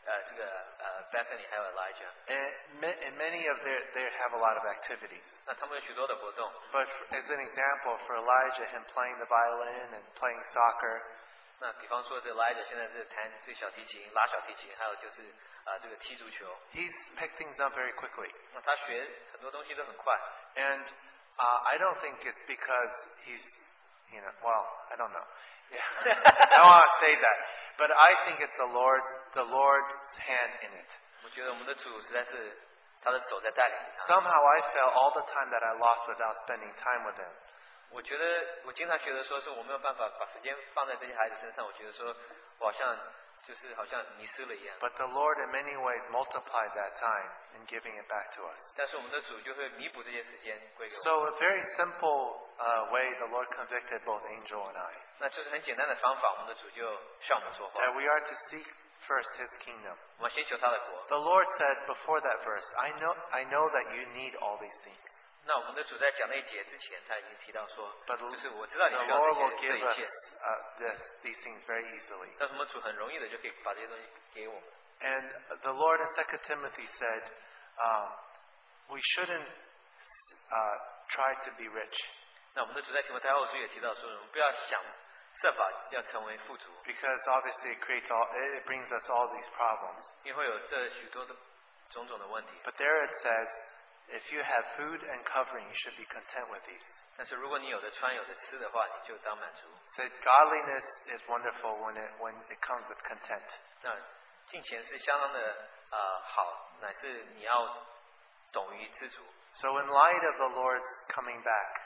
[SPEAKER 2] 呃这个呃 Bethany 还有 Elijah，
[SPEAKER 8] And, ma- and many of their, they have a lot of activities.
[SPEAKER 2] 那他们有许多的活动。
[SPEAKER 8] But for, as an example, for Elijah, him playing the violin and playing soccer,
[SPEAKER 2] 那比方说这 Elijah 现在是弹这个小提琴、拉小提琴，还有就是啊、呃这个踢足球，
[SPEAKER 8] he's picked things up very quickly.
[SPEAKER 2] 那他学很多东西都很快。
[SPEAKER 8] And uh, I don't think it's because he's, you know, well, I don't know. I don't want to say that, but I think it's the Lord, the Lord's hand in it.
[SPEAKER 2] 我觉得我们的主实在是他的手在带领着他。
[SPEAKER 8] Somehow I felt all the time that I lost without spending time with him.
[SPEAKER 2] 我觉得我经常觉得说是我没有办法把时间放在这些孩子身上，我觉得说我好像就是好像迷失了一样。
[SPEAKER 8] But the Lord, in many ways, multiplied that time in giving it back to us.
[SPEAKER 2] 但是我们的主就会弥补这些时间归给我
[SPEAKER 8] So a very simple uh, way the Lord convicted both Angel and I
[SPEAKER 2] 那就是很简单的方法。我们的主就向我们说话，
[SPEAKER 8] that we are to seek first His kingdom.
[SPEAKER 2] 我们先求他的国。
[SPEAKER 8] The Lord said before that verse, "I know, I know that you need all these things."
[SPEAKER 2] 那我们的主在讲那一节之前，他已经提到说，
[SPEAKER 8] But
[SPEAKER 2] 就是 我知道你
[SPEAKER 8] the
[SPEAKER 2] 需要
[SPEAKER 8] Lord
[SPEAKER 2] 这
[SPEAKER 8] will
[SPEAKER 2] 些
[SPEAKER 8] give
[SPEAKER 2] 这一
[SPEAKER 8] us
[SPEAKER 2] 切，啊
[SPEAKER 8] uh, this, these things very easily.
[SPEAKER 2] 但是我们主很容易的就可以把这些东西给我们。
[SPEAKER 8] And the Lord in 2 Timothy said, um, we shouldn't uh, try to be rich
[SPEAKER 2] 那我们的主在提摩太后书也提到说，我们不要想设法要成为富足，
[SPEAKER 8] because obviously it creates all, it brings us all these problems.
[SPEAKER 2] 因为会有这许多的种种的问题。
[SPEAKER 8] But there it says, if you have food and covering, you should be content with these.
[SPEAKER 2] 但是如果你有的穿有的吃的话，你就当满足。
[SPEAKER 8] Said godliness is wonderful when it when it comes with content.
[SPEAKER 2] 那金钱是相当的呃好，乃是你要懂于知足。
[SPEAKER 8] So in light of the Lord's coming back,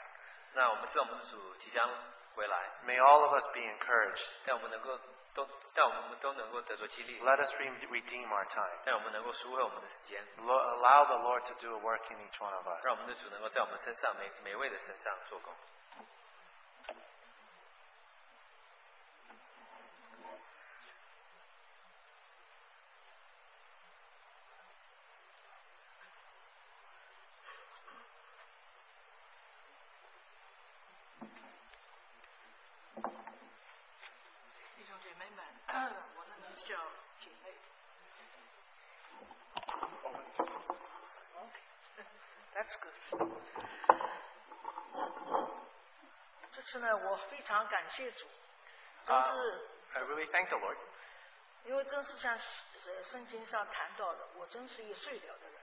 [SPEAKER 2] 那我们知道我们的主即将回来，
[SPEAKER 8] may all of us be encouraged.
[SPEAKER 2] 但我们能够都但我们都能够得着激励，
[SPEAKER 8] Let us re- redeem our time.
[SPEAKER 2] 但我们能够赎回我们的时间，
[SPEAKER 8] Lo- allow the Lord to do a work in each one of
[SPEAKER 2] 让
[SPEAKER 8] us.
[SPEAKER 2] 我们的主能够在我们身上每每位的身上做工。
[SPEAKER 9] 弟兄姐妹们， 我的名叫姐妹。That's good。这次呢，我非常感谢主，
[SPEAKER 5] 啊
[SPEAKER 9] 真是
[SPEAKER 5] Uh, I really thank the Lord
[SPEAKER 9] 因为真是像呃圣经上谈到的，我真是一睡了的人，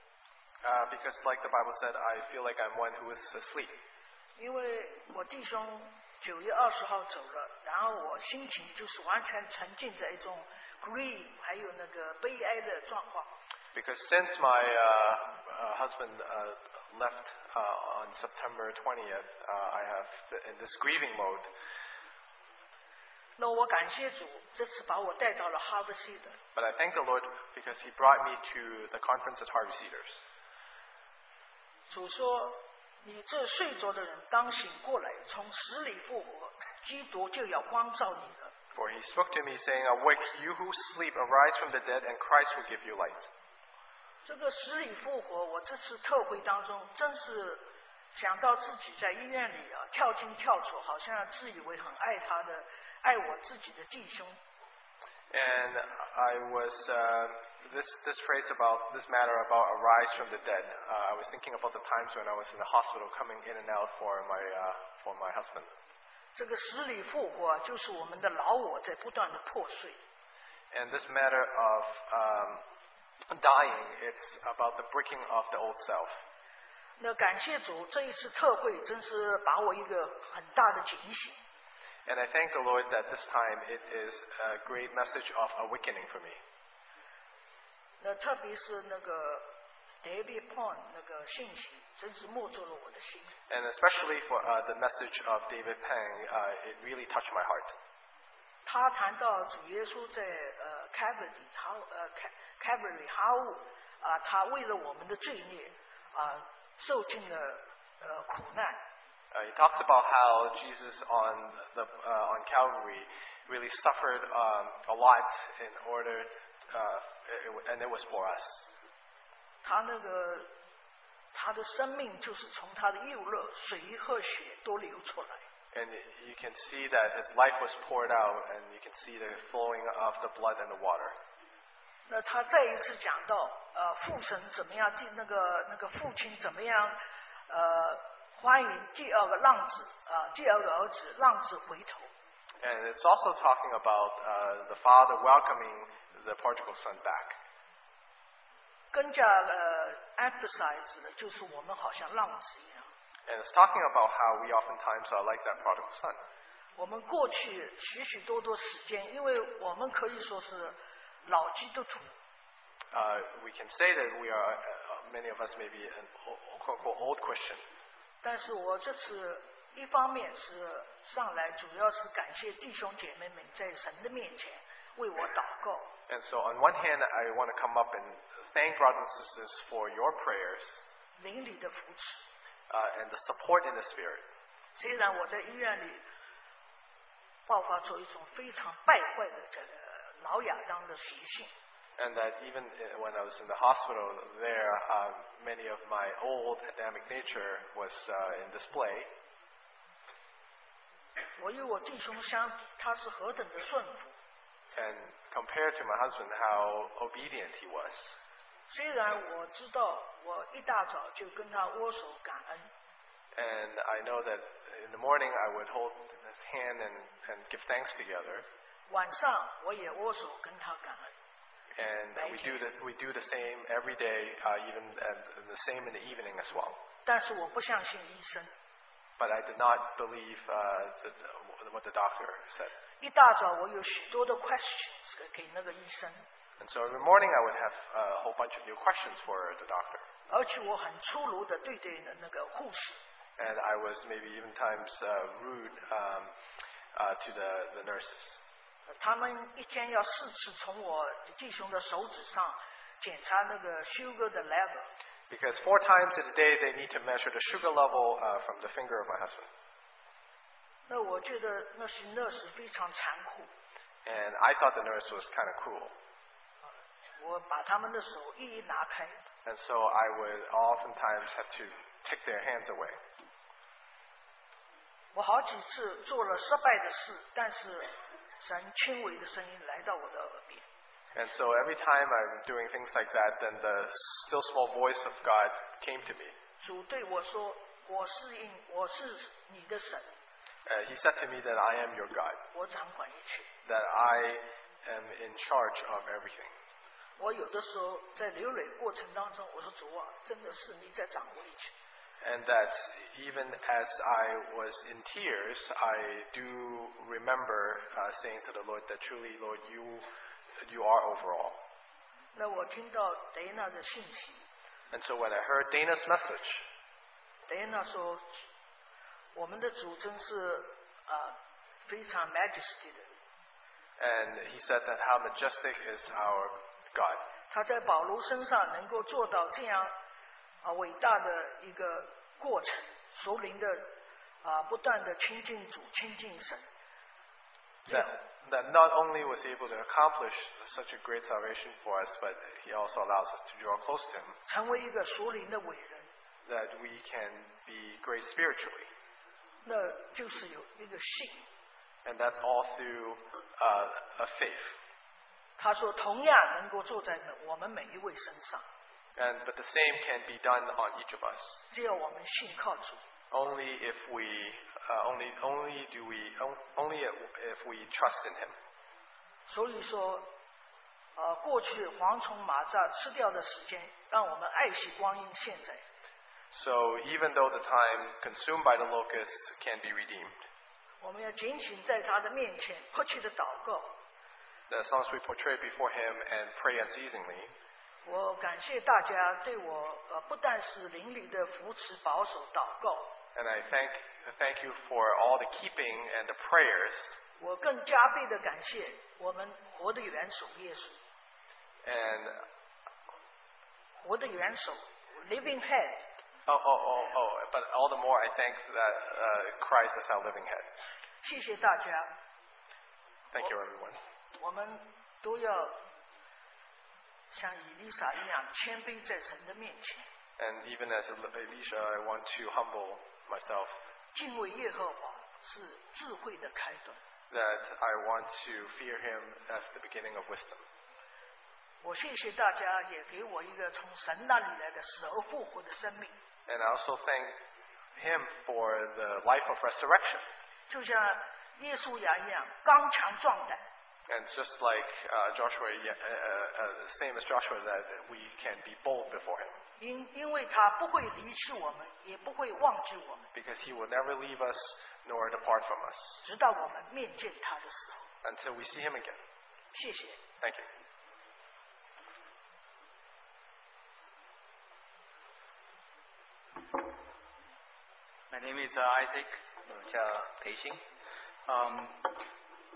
[SPEAKER 5] uh, because, like the Bible said, I feel like I'm one who is asleep.
[SPEAKER 9] 因为我弟兄九月二十号走了，然后我心情就是完全沉浸在一种 grief 还有那个悲哀的状况。
[SPEAKER 5] Because since my uh, uh, husband uh, left uh, on September 20th, uh, I have been in this grieving mode.
[SPEAKER 9] 那我感谢主，这次把我带到了哈 a 西的。
[SPEAKER 5] But I thank the Lord because He brought me to the conference at Harvey Cedars.
[SPEAKER 9] 主说：“你这睡着的人，当醒过来，从死里复活，基督就要光照你了。
[SPEAKER 5] For He spoke to me, saying, Awake, you who sleep, arise from the dead, and Christ will give you light. ”
[SPEAKER 9] 这个死里复活，我这次特会当中，真是想到自己在医院里啊，跳进跳出，好像自以为很爱他的，爱我自己的弟兄。
[SPEAKER 5] And I was uh, this this phrase about this matter about arise from the dead. Uh, I was thinking about the times when I was in the hospital, coming in and out for my uh, for my husband.
[SPEAKER 9] 这个死里复活啊，就是我们的老我在不断的破碎。
[SPEAKER 5] And this matter of um, dying, it's about the breaking of the old self.
[SPEAKER 9] 那感谢主，这一次特会真是把我一个很大的警醒。
[SPEAKER 5] And I thank the Lord that this time it is a great message of awakening for me.
[SPEAKER 9] 那特别是那个 David Pond 那个信息，真是摸住了我的心。
[SPEAKER 5] And especially for uh, the message of David Pang, uh, it really touched my heart.
[SPEAKER 9] 他谈到主耶稣在呃 Calvary 哈呃 Cal- Calvary 哈物啊，他为了我们的罪孽啊，受尽了呃苦难。
[SPEAKER 5] Uh, he talks about how Jesus on the uh, on Calvary really suffered um, a lot in order, uh, it, it- and it was for us.
[SPEAKER 9] 他那个他的生命就是从他的右肋水和血都流出来。
[SPEAKER 5] And you can see that his life was poured out, and you can see the flowing of the blood and the water.
[SPEAKER 9] 那他再一次讲到，呃，父神怎么样，这那个那个父亲怎么样，呃，欢迎第二个浪子啊、第二个儿子浪子回头。
[SPEAKER 5] And it's also talking about uh, the father welcoming the prodigal son back.
[SPEAKER 9] 更加呃 emphasize 的就是我们好像浪子一样，
[SPEAKER 5] And it's talking about how we oftentimes are like that prodigal son.
[SPEAKER 9] 我们过去许许多多时间，因为我们可以说是老基督徒，
[SPEAKER 5] Uh, we can say that we are, uh, uh, many of us may be an o- quote unquote old Christian.
[SPEAKER 9] 但是我这次一方面是上来主要是感谢弟兄姐妹们在神的面前为我祷告。
[SPEAKER 5] And so, on one hand, I want to come up and thank brothers and sisters for your prayers
[SPEAKER 9] 邻里的扶持，
[SPEAKER 5] uh, and the support in the Spirit.
[SPEAKER 9] 虽然我在医院里爆发出一种非常败坏的这个老亚当的习性，
[SPEAKER 5] and that even uh, when I was in the hospital there, uh, many of my old Adamic nature was uh, in display.
[SPEAKER 9] 我与我弟兄相比，他是何等的顺服。
[SPEAKER 5] And compared to my husband, how obedient he was.
[SPEAKER 9] 虽然我知道我一大早就跟他握手感恩，
[SPEAKER 5] And I know that in the morning I would hold his hand and, and give thanks together.
[SPEAKER 9] 晚上我也握手跟他感恩。
[SPEAKER 5] And we do this, we do the same every day, uh, even and the same in the evening as well.
[SPEAKER 9] 但是我不相信医生，
[SPEAKER 5] But I did not believe uh, th- th- what the doctor said.
[SPEAKER 9] 一大早我有许多的 questions 给给那个医生，
[SPEAKER 5] And so every morning I would have uh, a whole bunch of new questions for the doctor.
[SPEAKER 9] 而且我很粗鲁的对对那个护士，
[SPEAKER 5] And I was maybe even times uh, rude um, uh, to the, the nurses.
[SPEAKER 9] 呃他们一天要四次从我弟兄的手指上检查那个 sugar 的 level，
[SPEAKER 5] Because four times in a day they need to measure the sugar level uh, from the finger of my husband.
[SPEAKER 9] 那我觉得那是那是非常残酷。
[SPEAKER 5] And I thought the nurse was kind of cruel.
[SPEAKER 9] 我把他们的手一一拿开，
[SPEAKER 5] And so I would oftentimes have to take their hands away.
[SPEAKER 9] 我好几次做了失败的事，但是神轻微的声音来到我的耳边，
[SPEAKER 5] And so every time I'm doing things like that, then the still small voice of God came to me.
[SPEAKER 9] 主对我说：“我是应，我是你的神，
[SPEAKER 5] Uh, he said to me that I am your God,
[SPEAKER 9] 我掌管一切。
[SPEAKER 5] that I am in charge of everything. ”
[SPEAKER 9] 我有的时候在流泪过程当中，我说：“主啊，真的是你在掌握一切。
[SPEAKER 5] And that even as I was in tears, I do remember uh, saying to the Lord that truly, Lord, you, you are over all. ”
[SPEAKER 9] 那我听到德娜的信息，
[SPEAKER 5] And so when I heard Dana's message,
[SPEAKER 9] 德娜说：“我们的主真是啊、非常 majesty 的，
[SPEAKER 5] and he said that how majestic is our God.
[SPEAKER 9] 他在保罗身上能够做到这样啊伟大的一个过程，熟灵的啊不断的亲近主、亲近神，
[SPEAKER 5] That, that not only was he able to accomplish such a great salvation for us, but he also allows us to draw close to him,
[SPEAKER 9] 成为一个熟灵的伟人，
[SPEAKER 5] that we can be great spiritually.
[SPEAKER 9] 那就是有一个信。
[SPEAKER 5] And that's all through uh, a faith.
[SPEAKER 9] 他说，同样能够坐在我们每一位身上，
[SPEAKER 5] And, but the same can be done on each of us.
[SPEAKER 9] 只要我们信靠主，
[SPEAKER 5] Only if we, uh, only, only do we, on- only if we trust in Him.
[SPEAKER 9] 所以说，呃，过去蝗虫、蚂蚱吃掉的时间，让我们爱惜光阴。现在，
[SPEAKER 5] So even though the time consumed by the locusts can be redeemed,
[SPEAKER 9] 我们要紧紧在他的面前迫切的祷告。
[SPEAKER 5] as long as we portray before Him and pray unceasingly,
[SPEAKER 9] 我感谢大家对我呃，不但是邻里的扶持、保守、祷告，
[SPEAKER 5] and I thank, thank you for all the keeping and the prayers,
[SPEAKER 9] 我更加倍的感谢我们活的元首耶稣，
[SPEAKER 5] and,
[SPEAKER 9] 活的元首 Living Head，
[SPEAKER 5] oh, oh, oh, oh, but all the more I thank that uh, Christ is our living head.
[SPEAKER 9] 谢谢大家，
[SPEAKER 5] Thank you, everyone.
[SPEAKER 9] 我们都要像以丽莎一样谦卑在神的面前，
[SPEAKER 5] And even as Elisha, I want to humble myself
[SPEAKER 9] 敬畏耶和华是智慧的开端。
[SPEAKER 5] that I want to fear him as the beginning of wisdom.
[SPEAKER 9] 我谢谢大家，也给我一个从神那里来的死而复活的生命，
[SPEAKER 5] And I also thank him for the life of resurrection.
[SPEAKER 9] 就像耶稣牙一样刚强壮胆。
[SPEAKER 5] And just like uh, Joshua, yeah, uh, uh, same as Joshua, that we can be bold before him
[SPEAKER 9] 因因为他不会离弃我们，也不会忘记我们，
[SPEAKER 5] because he will never leave us nor depart from us
[SPEAKER 9] 直到我们面见他的时候。
[SPEAKER 5] until we see him again.
[SPEAKER 9] 谢谢。
[SPEAKER 5] Thank you.
[SPEAKER 8] My name is uh, Isaac.
[SPEAKER 2] 我叫裴鑫。
[SPEAKER 8] Um,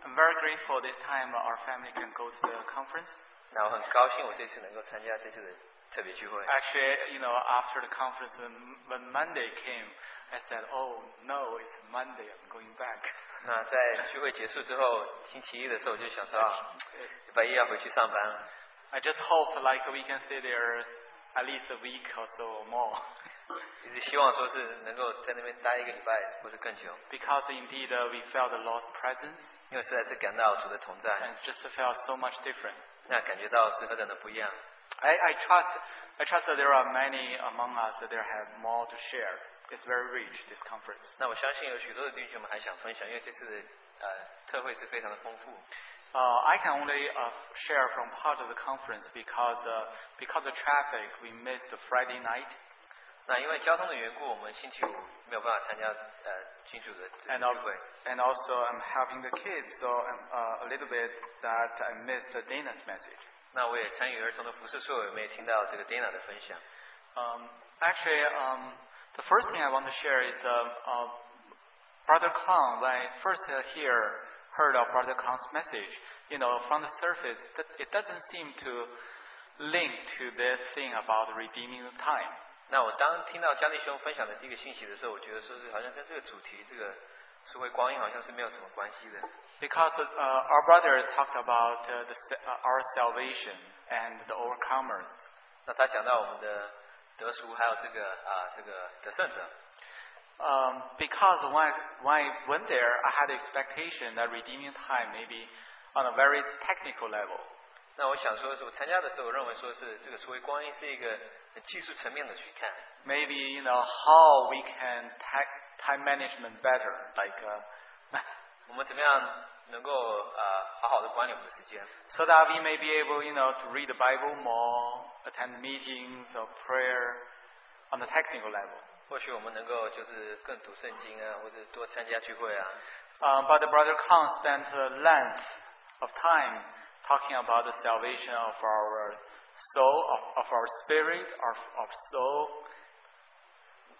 [SPEAKER 8] I'm very grateful this time our family can go to the conference.
[SPEAKER 2] 那我很高兴我这次能够参加这次的特别聚会。
[SPEAKER 8] Actually, you know, after the conference, um, when Monday came, I said, oh no, it's Monday, I'm going back.
[SPEAKER 2] 那在聚会结束之后，星期一的时候我就想说啊，礼拜一要回去上班了。
[SPEAKER 10] I just hope like we can stay there at least a week or so or more.
[SPEAKER 2] 一直希望说是能够在那边待一个礼拜或者更久，
[SPEAKER 10] Because indeed uh, we felt the Lord's presence
[SPEAKER 2] 因为实在是感到主的同在
[SPEAKER 10] and，just felt so much different.
[SPEAKER 2] 那感觉到是何等的不一样。
[SPEAKER 10] I, I trust I trust that there are many among us that there have more to share. It's very rich, this conference.
[SPEAKER 2] 那我相信有许多的弟兄们还想分享，因为这次的呃特会是非常的丰富。
[SPEAKER 10] Uh, I can only uh, share from part of the conference because uh, because of traffic, we missed the Friday night,
[SPEAKER 2] 那因为交通的缘故，我们星期五没有办法参加呃庆祝的这
[SPEAKER 10] and
[SPEAKER 2] 个
[SPEAKER 10] al-
[SPEAKER 2] 聚会。
[SPEAKER 10] and also I'm helping the kids, so I'm, uh, a little bit that I missed Dana's message.
[SPEAKER 2] 那我也参与儿童的服饰，所以我没有听到这个 Dana 的分享。
[SPEAKER 10] Um, actually, um, the first thing I want to share is uh, uh, Brother Kong. When I first uh, hear heard of Brother Kong's message, you know, from the surface, that it doesn't seem to link to this thing about redeeming the time.
[SPEAKER 2] 那我当听到江弟兄分享的第一个信息的时候，我觉得说是好像跟这个主题这个赎回光阴好像是没有什么关系的。
[SPEAKER 10] Because uh, our brother talked about uh, the, sa- uh, our salvation and the overcomers,
[SPEAKER 2] 那他讲到我们的得赎，还有这个啊、这个得胜者。
[SPEAKER 10] um, because when I, when I went there, I had expectation that redeeming time maybe on a very technical level.
[SPEAKER 2] 那我想说，是我参加的时候，我认为说是这个所谓光阴是一个很技术层面的去看，
[SPEAKER 10] Maybe you know how we can ta- time management better, like uh,
[SPEAKER 2] 我们怎么样能够呃好好的管理我们的时间，
[SPEAKER 10] so that we may be able you know to read the Bible more, attend meetings or prayer on the technical level.
[SPEAKER 2] 或许我们能够就是更读圣经啊，或者多参加聚会啊。
[SPEAKER 10] Uh, but the brother Khan spent a length of time talking about the salvation of our soul, of, of our spirit, of our soul.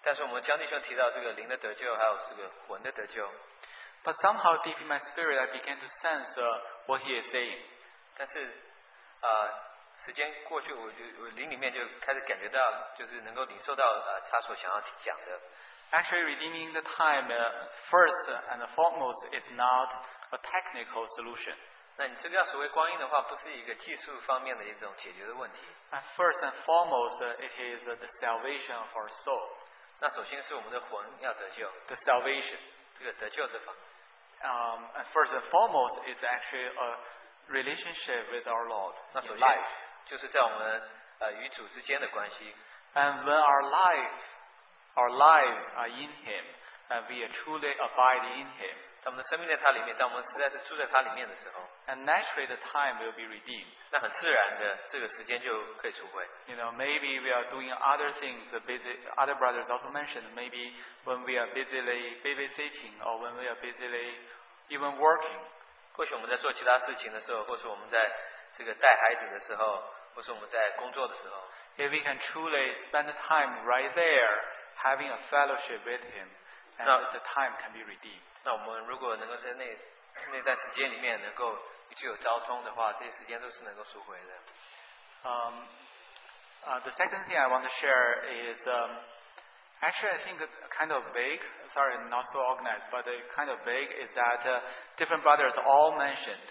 [SPEAKER 2] 但是我们江弟兄提到这个灵的得救，还有这个魂的得救，
[SPEAKER 10] But somehow deep in my spirit, I began to sense uh, what he is saying.
[SPEAKER 2] 但是呃时间过去，我就我灵里面就开始感觉到，就是能够领受到呃他所想要讲的。
[SPEAKER 10] Actually, redeeming the time, uh, first and foremost, is not a technical solution.
[SPEAKER 2] 那你这个要所谓光阴的话，不是一个技术方面的一种解决的问题。
[SPEAKER 10] And first and foremost, uh, it is uh, the salvation of our soul,
[SPEAKER 2] 那首先是我们的魂要得救，
[SPEAKER 10] the salvation.
[SPEAKER 2] 这个得救这方面。
[SPEAKER 10] Um, and first and foremost, is actually a relationship with our Lord
[SPEAKER 2] 那首
[SPEAKER 10] in
[SPEAKER 2] 先
[SPEAKER 10] life.
[SPEAKER 2] 就是在我们呃与主之间的关系。
[SPEAKER 10] And when our life, our lives are in Him, and we are truly abide in Him,
[SPEAKER 2] 在我们的生命在它里面，当我们实在是住在它里面的时候，
[SPEAKER 10] and naturally the time will be redeemed.
[SPEAKER 2] 那很自然的这个时间就可以赎回。
[SPEAKER 10] You know, maybe we are doing other things. The busy, other brothers also mentioned maybe when we are busily babysitting or when we are busily even working.
[SPEAKER 2] 或许我们在做其他事情的时候，或是我们在这个带孩子的时候，或是我们在工作的时候，
[SPEAKER 10] If we can truly spend the time right there, having a fellowship with Him, and
[SPEAKER 2] Now-
[SPEAKER 10] the time can be redeemed.
[SPEAKER 2] 那我们如果能够在那那段时间里面能够具有交通的话，这些时间都是能够赎回的。
[SPEAKER 10] Um, uh, the second thing I want to share is um, actually I think it's kind of vague. Sorry, not so organized, but uh, kind of vague is that uh, different brothers all mentioned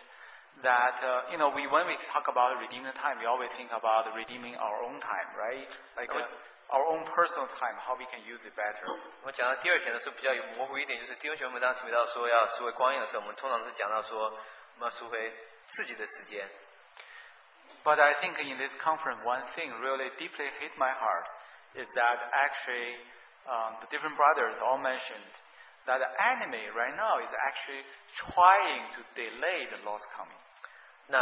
[SPEAKER 10] that uh, you know we when we talk about redeeming time, we always think about redeeming our own time, right? Like uh, our own personal time, how we can use it better.
[SPEAKER 2] 我们讲到第二点的时候比较有模糊一点，就是弟兄姐妹们当时提到说要赎回光阴的时候，我们通常是讲到说我们要赎回自己的时间。
[SPEAKER 10] But I think in this conference, one thing really deeply hit my heart is that actually um, the different brothers all mentioned that the enemy right now is actually trying to delay the Lord's coming.
[SPEAKER 2] 那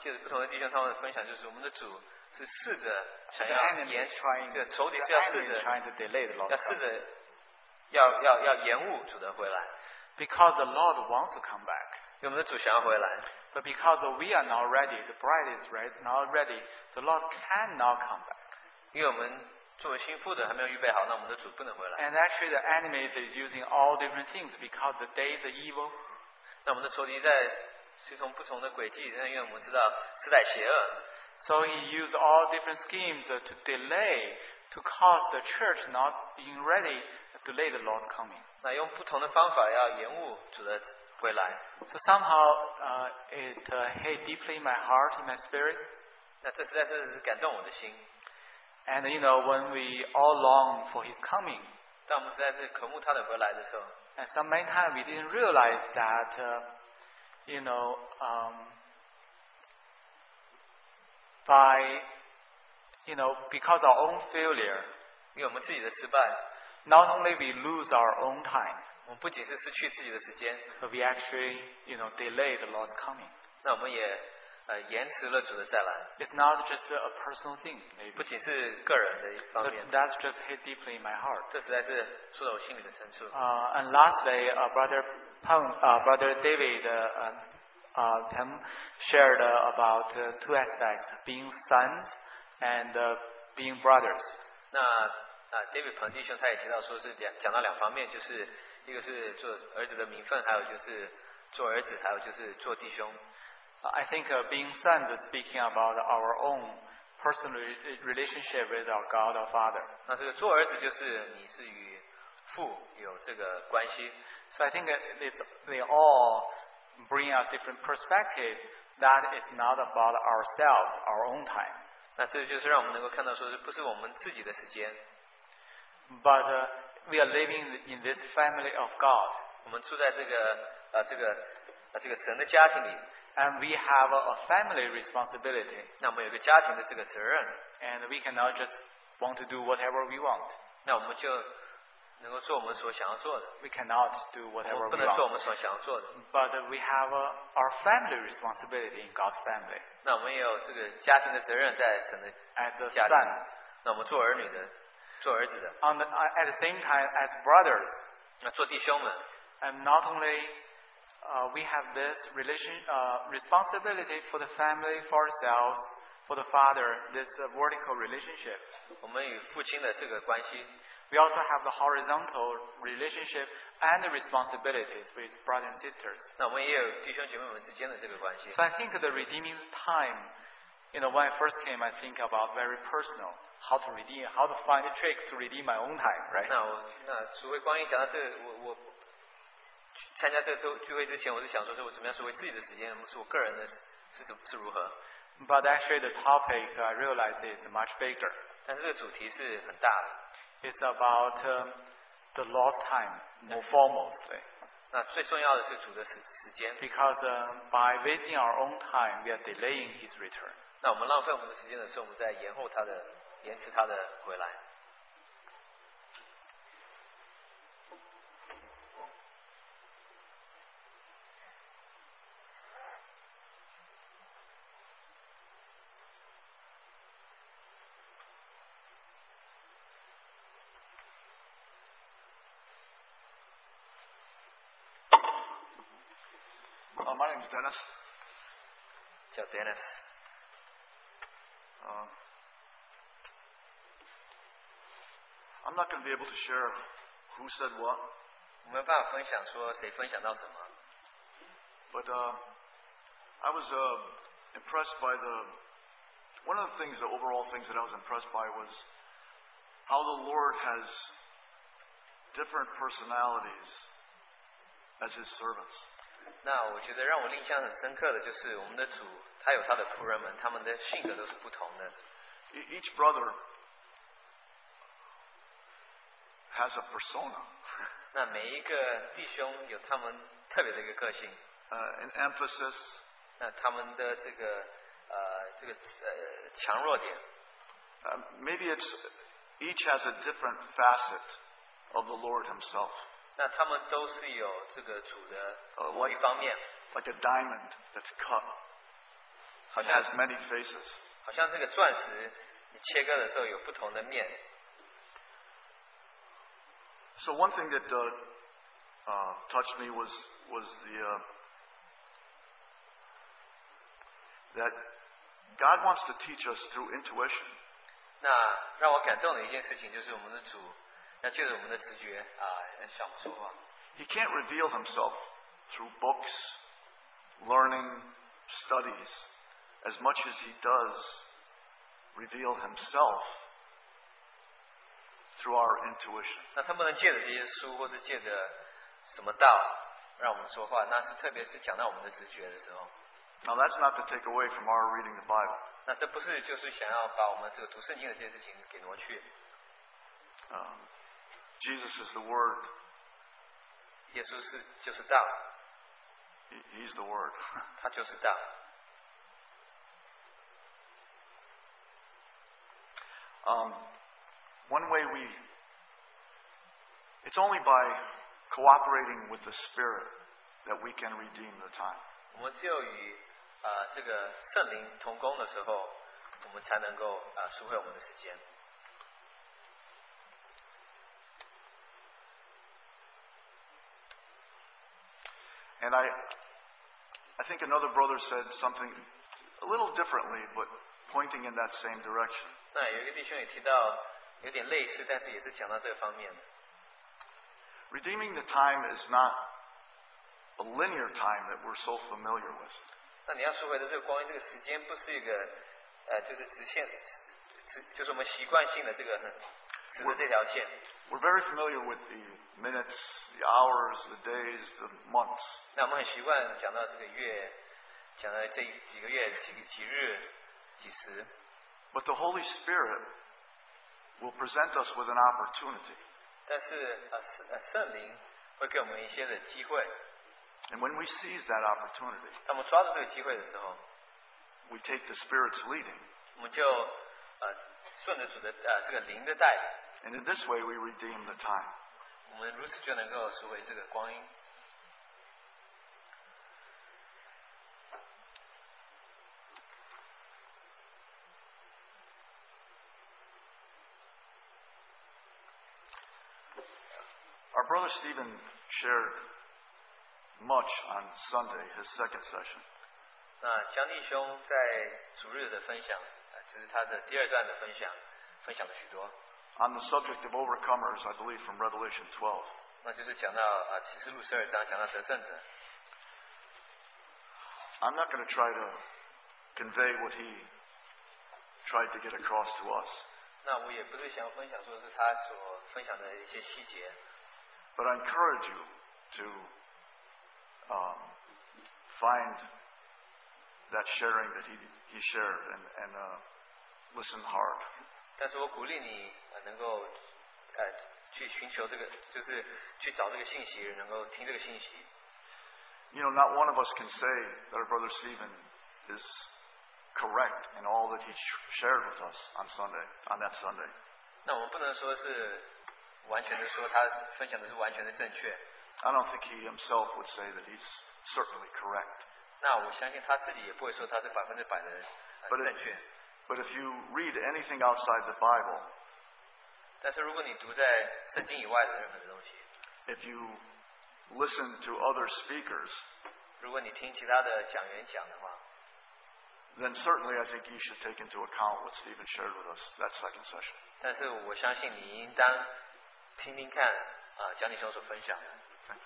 [SPEAKER 2] 就是不同的弟兄他们的分享，就是我们的主是试着想
[SPEAKER 10] The
[SPEAKER 2] 要
[SPEAKER 10] enemy
[SPEAKER 2] 延
[SPEAKER 10] is trying,
[SPEAKER 2] 对
[SPEAKER 10] the
[SPEAKER 2] 仇敌是要试
[SPEAKER 10] enemy is
[SPEAKER 2] 着
[SPEAKER 10] trying to delay the Lord's
[SPEAKER 2] 要试
[SPEAKER 10] coming
[SPEAKER 2] 着要要要延误主的回来，
[SPEAKER 10] because the Lord wants to come back.
[SPEAKER 2] 因为我们的主想要回来，
[SPEAKER 10] But because we are not ready, the bride is right now ready, the Lord cannot come back.
[SPEAKER 2] 因为我们作为新妇的还没有预备好，那我们的主不能回来，
[SPEAKER 10] And actually, the enemy is using all different things because the days are evil,
[SPEAKER 2] 那我们的仇敌在随从不同的轨迹，那因为我们知道时代邪恶，
[SPEAKER 10] So he used all different schemes uh, to delay, to cause the church not being ready, to delay the Lord's coming.
[SPEAKER 2] 那用不同的方法要延误主的回来。
[SPEAKER 10] So somehow uh, it uh, hit deeply in my heart, in my spirit.
[SPEAKER 2] 那这实在是感动我的心。
[SPEAKER 10] And you know, when we all long for His coming,
[SPEAKER 2] 当我们实在是渴慕他的回来的时候，
[SPEAKER 10] and some many times we didn't realize that, uh, you know, um, by, you know, because our own failure,
[SPEAKER 2] 因为我们自己的失败，
[SPEAKER 10] not only we lose our own time,
[SPEAKER 2] 我们不仅是失去自己的时间，
[SPEAKER 10] but we actually, you know, delay the Lord's coming.
[SPEAKER 2] 那我们也呃延迟了主的再来，
[SPEAKER 10] It's not just a a personal thing, maybe.
[SPEAKER 2] 不仅是个人的一方
[SPEAKER 10] So
[SPEAKER 2] 面，
[SPEAKER 10] that's just hit deeply in my heart.
[SPEAKER 2] 这实在是说到我心里的深处。
[SPEAKER 10] Uh, and lastly, uh, brother Peng, uh, brother David uh, uh, uh, Peng shared uh, about uh, two aspects: being sons and uh, being brothers.
[SPEAKER 2] 那啊，David 彭弟兄他也提到说是讲讲到两方面，就是一个是做儿子的名分，还有就是做儿子，还有就是做弟兄。
[SPEAKER 10] I think uh, being sons is speaking about our own personal re- relationship with our God, our Father.
[SPEAKER 2] 那这个做儿子就是你是与父有这个关系，
[SPEAKER 10] So I think that it's, they all bring a different perspective that is not about ourselves, our own time.
[SPEAKER 2] 那这就是让我们能够看到说是不是我们自己的时间，
[SPEAKER 10] But uh, we are living in this family of God,
[SPEAKER 2] 我们住在这个呃这个呃这个神的家庭里，
[SPEAKER 10] and we have a, a family responsibility,
[SPEAKER 2] 那我们有一个家庭的这个责任，
[SPEAKER 10] and we cannot just want to do whatever we want.
[SPEAKER 2] 那我们就能够做我们所想要做的，
[SPEAKER 10] We cannot do
[SPEAKER 2] 我
[SPEAKER 10] whatever
[SPEAKER 2] 们不
[SPEAKER 10] we
[SPEAKER 2] 能做我
[SPEAKER 10] want.
[SPEAKER 2] 们所想要做的，
[SPEAKER 10] But we have uh, our family responsibility in God's family
[SPEAKER 2] 那我们也有这个家庭的责任在神的
[SPEAKER 10] as the
[SPEAKER 2] 家庭
[SPEAKER 10] sons.
[SPEAKER 2] 那我们做儿女的，做儿子的，
[SPEAKER 10] On the, uh, at the same time, as brothers,
[SPEAKER 2] 那做弟兄们，
[SPEAKER 10] and not only uh, we have this relation uh, responsibility for the family, for ourselves, for the father, this uh, vertical relationship.
[SPEAKER 2] 我们与父亲的这个关系，
[SPEAKER 10] We also have the horizontal relationship and the responsibilities with brothers and sisters.
[SPEAKER 2] 那我们也有弟兄姐妹们之间的这个关系。
[SPEAKER 10] So I think the redeeming time, you know, when I first came, I think about very personal, how to redeem, how to find a trick to redeem my own time, right?
[SPEAKER 2] 那我那主会光一讲到这个，我我参加这个周聚会之前，我是想说是我怎么样是为自己的时间，是我个人的是怎是如何，
[SPEAKER 10] But actually, the topic I realized is much bigger.
[SPEAKER 2] 但是这个主题是很大的。
[SPEAKER 10] It's about um, the lost time, more formalistly.
[SPEAKER 2] 那最重要的是主的时时间，
[SPEAKER 10] Because um, by wasting our own time, we are delaying His return.
[SPEAKER 2] 那我们浪费我们的时间的时候，我们在延后他的延迟他的回来。
[SPEAKER 11] Uh, my name is Dennis.
[SPEAKER 2] 叫 Dennis，
[SPEAKER 11] Um, I'm not going to be able to share who said what, uh,
[SPEAKER 2] 我没有办法分享说谁分享到什么，
[SPEAKER 11] but uh, I was uh, impressed by the. One of the things, the overall things that I was impressed by was how the Lord has different personalities as His servants.
[SPEAKER 2] 那我觉得让我印象很深刻的就是我们的主，他有他的仆人们，他们的性格都是不同的。
[SPEAKER 11] E- each brother has a persona,
[SPEAKER 2] 那每一个弟兄有他们特别的一个个性，
[SPEAKER 11] uh, an emphasis,
[SPEAKER 2] 那他们的这个呃这个呃强弱点，
[SPEAKER 11] Uh, maybe it's each has a different facet of the Lord Himself,
[SPEAKER 2] 那他们都是有这个主的
[SPEAKER 11] 呃
[SPEAKER 2] 某一方面，
[SPEAKER 11] like a diamond that's cut. It has many faces.
[SPEAKER 2] 好像这个钻石你切割的时候有不同的面。
[SPEAKER 11] So one thing that uh, uh, touched me was was the uh, that God wants to teach us through intuition.
[SPEAKER 2] 那让我感动的一件事情就是我们的主，那就是我们的直觉啊，向我们说话。
[SPEAKER 11] He can't reveal Himself through books, learning, studies, as much as He does reveal Himself through our intuition.
[SPEAKER 2] 那他不能借着这些书或是借着什么道让我们说话，那是特别是讲到我们的直觉的时候，
[SPEAKER 11] Now that's not to take away from our reading the Bible.
[SPEAKER 2] 那这不是就是想要把我们这个读圣经的这件事情给挪去？
[SPEAKER 11] Um, Jesus is the Word.
[SPEAKER 2] 耶稣是就是道，
[SPEAKER 11] He- He's the Word.
[SPEAKER 2] 他就是道。
[SPEAKER 11] Um, one way we, it's only by cooperating with the Spirit that we can redeem the time.
[SPEAKER 2] 我们只有与啊、呃这个圣灵同工的时候，我们才能够啊、呃赎回我们的时间。
[SPEAKER 11] And I, I think another brother said something a little differently, but pointing in that same direction.
[SPEAKER 2] 那有一个弟兄也提到，有点类似，但是也是讲到这个方面的。
[SPEAKER 11] Redeeming the time is not a linear time that we're so familiar with.
[SPEAKER 2] 那你要赎回的这个光阴，这个时间不是一个呃，就是直线，直就是我们习惯性的这个很指的这条线。
[SPEAKER 11] We're very familiar with the minutes, the hours, the days, the months.
[SPEAKER 2] 那我们很习惯讲到这个月，讲到这一几个月、几个几日、几时，
[SPEAKER 11] But the Holy Spirit will present us with an opportunity.
[SPEAKER 2] 但是呃圣呃圣灵会给我们一些的机会。
[SPEAKER 11] And when we seize that opportunity,
[SPEAKER 2] 当我们抓住这个机会的时候，
[SPEAKER 11] we take the Spirit's leading.
[SPEAKER 2] 我们就呃顺着主的呃这个灵的带领，
[SPEAKER 11] And in this way, we redeem the time.
[SPEAKER 2] 我们如此就能够赎回这个光阴。
[SPEAKER 11] Our brother Stephen shared much on Sunday, his second session.
[SPEAKER 2] 那江啊弟兄在主日的分享，呃，就是他的第二段的分享，分享了许多，
[SPEAKER 11] on the subject of overcomers, I believe from Revelation 12.
[SPEAKER 2] 那就是讲到啊启示录十二章，讲到得胜者。
[SPEAKER 11] I'm not going to try to convey what he tried to get across to us,
[SPEAKER 2] 那我也不是想要分享，说是他所分享的一些细节，
[SPEAKER 11] but I encourage you to um, find that sharing that he, he shared and, and uh, listen hard.
[SPEAKER 2] 但是我鼓励你、呃、能够呃去寻求这个，就是去找这个信息，能够听这个信息。
[SPEAKER 11] You know, not one of us can say that our brother Stephen is correct in all that he sh- shared with us on Sunday, on that Sunday.
[SPEAKER 2] 那我们不能说是完全的说他分享的是完全的正确，
[SPEAKER 11] I don't think he himself would say that he's certainly correct.
[SPEAKER 2] 那我相信他自己也不会说他是百分之百的、呃、
[SPEAKER 11] But if,
[SPEAKER 2] 正确。
[SPEAKER 11] but if you read anything outside the Bible,
[SPEAKER 2] 但是如果你读在圣经以外的任何的东西，
[SPEAKER 11] if you listen to other speakers,
[SPEAKER 2] 如果你听其他的讲员讲的话，
[SPEAKER 11] then certainly I think you should take into account what Stephen shared with us that second session.
[SPEAKER 2] 但是我相信你应当听听看啊、蒋理兄所分享的。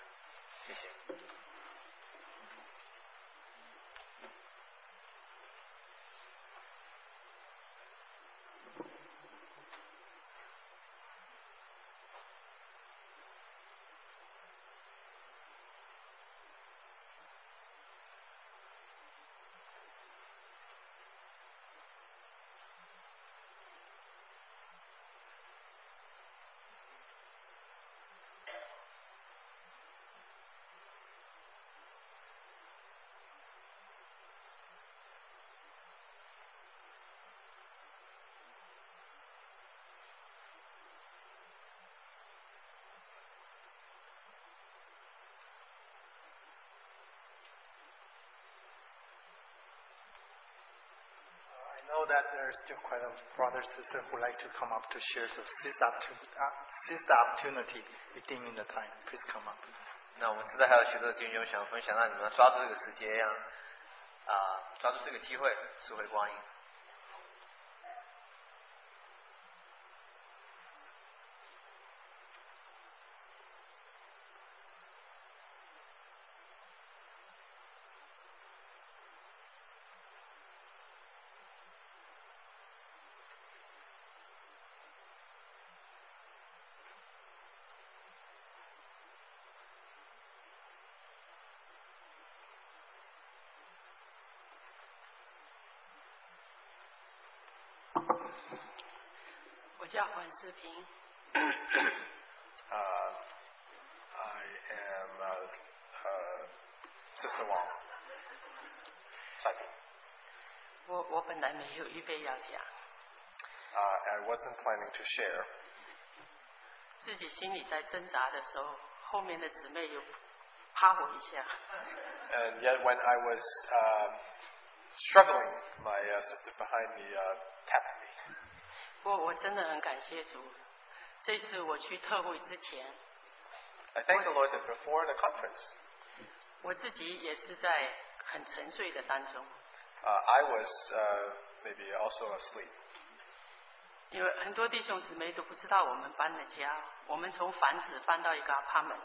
[SPEAKER 2] 谢谢。
[SPEAKER 1] I know that there are still quite a brothers and sisters who like to come up to share, so seize the, opportu- uh, seize the opportunity, redeeming the time. Please come up.
[SPEAKER 2] 那我们知道还有许多弟兄想分享，那你们要抓住这个时间呀，啊、抓住这个机会，赎回光阴。
[SPEAKER 12] 我叫黄世平，
[SPEAKER 5] Uh, I am uh, uh, Sister Wong. Sorry.
[SPEAKER 12] 我我本来没有预备要讲，
[SPEAKER 5] Uh, I wasn't planning to share.
[SPEAKER 12] 自己心里在挣扎的时候，后面的姊妹又啪我一下，
[SPEAKER 5] And yet, when I was um struggling, my uh, sister behind me uh, tapped me.
[SPEAKER 12] 不过我真的很感谢主，这次我去特会之前，
[SPEAKER 5] I thank the Lord that before the conference,
[SPEAKER 12] 我自己也是在很沉睡的当中，
[SPEAKER 5] uh, I was uh, maybe also asleep.
[SPEAKER 12] 因为很多弟兄姊妹都不知道我们搬了家，我们从房子搬到一个 apartment，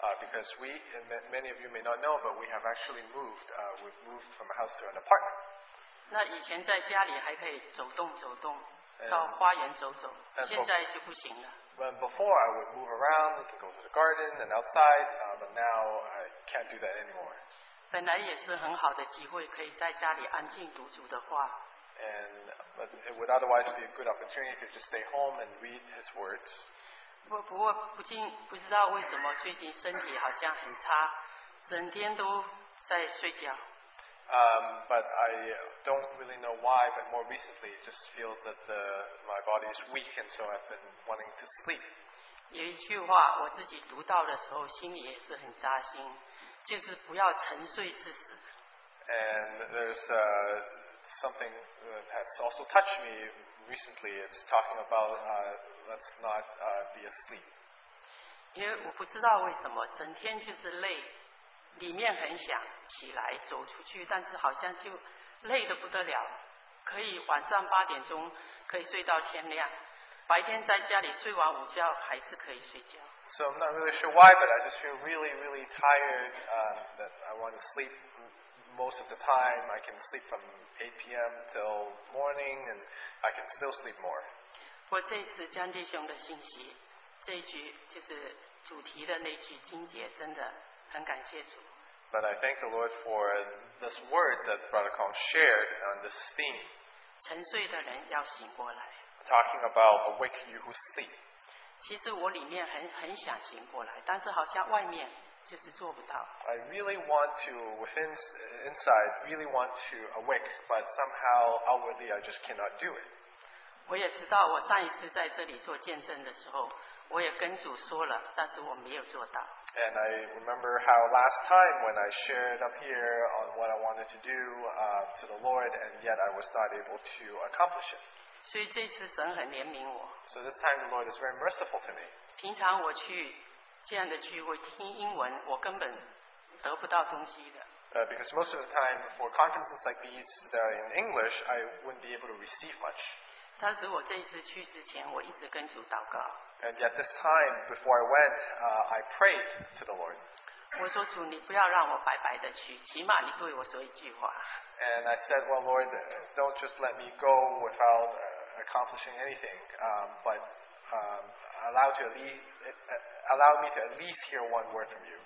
[SPEAKER 5] Uh, because we, and ma- many of you may not know, but we have actually moved. Uh, we've moved from a house to an apartment.
[SPEAKER 12] 那以前在家里还可以走动走动，
[SPEAKER 5] 嗯
[SPEAKER 12] 到花园走走
[SPEAKER 5] 嗯，
[SPEAKER 12] 现在就不行了。
[SPEAKER 5] When before I would move around, we can go to the garden and outside, uh, but now I can't do that anymore.
[SPEAKER 12] 本来也是很好的机会，可以在家里安静读主的话，
[SPEAKER 5] And but it would otherwise be a good opportunity to just stay home and read His words.
[SPEAKER 12] 不不过不禁不知道为什么最近身体好像很差，整天都在睡觉。
[SPEAKER 5] Um, but I don't really know why, but more recently it just feels that the, my body is weak, and so I've been wanting to sleep.
[SPEAKER 12] 有一句话我自己读到的时候，心里也是很扎心，就是不要沉睡致死。
[SPEAKER 5] And there's uh, something that has also touched me recently. It's talking about uh, let's not uh, be asleep.
[SPEAKER 12] 因为我不知道为什么整天就是累，里面很想起来走出去，但是好像就累得不得了。可以晚上八点钟可以睡到天亮，白天在家里睡完午觉还是可以睡觉。
[SPEAKER 5] So I'm not really sure why, but I just feel really, really tired. Um, that I want to sleep m- most of the time. I can sleep from 8 p.m. till morning, and I can still sleep more.
[SPEAKER 12] 我这次江弟兄的信息，这一句就是主题的那句经节，真的很感谢主。
[SPEAKER 5] But I thank the Lord for this word that Brother Kong shared on this theme,
[SPEAKER 12] 沉睡的人要醒过来。
[SPEAKER 5] talking about awake you who sleep.
[SPEAKER 12] 其实我里面很很想醒过来，但是好像外面就是做不到。
[SPEAKER 5] I really want to, within inside, really want to awake, but somehow outwardly I just cannot do it.
[SPEAKER 12] 我也知道，我上一次在这里做见证的时候，我也跟主说了，但是我没有做到。
[SPEAKER 5] And I remember how last time when I shared up here on what I wanted to do uh, to the Lord, and yet I was not able to accomplish it.
[SPEAKER 12] 所以这次神很怜悯我。
[SPEAKER 5] So this time the Lord is very merciful to me.
[SPEAKER 12] 平常我去这样的聚会听英文，我根本得不到东西的。
[SPEAKER 5] Uh, because most of the time for conferences like these that are in English, I wouldn't be able to receive much.
[SPEAKER 12] 但是我这一次去之前，我一直跟主祷告，
[SPEAKER 5] And yet this time, before I went, uh, I prayed to the Lord.
[SPEAKER 12] 我说主，你不要让我白白的去，起码你对我说一句话。
[SPEAKER 5] And I said, Well, Lord, uh, don't just let me go without uh, accomplishing anything, um, but um, allow, to at least, uh, allow me to at least hear one word from you.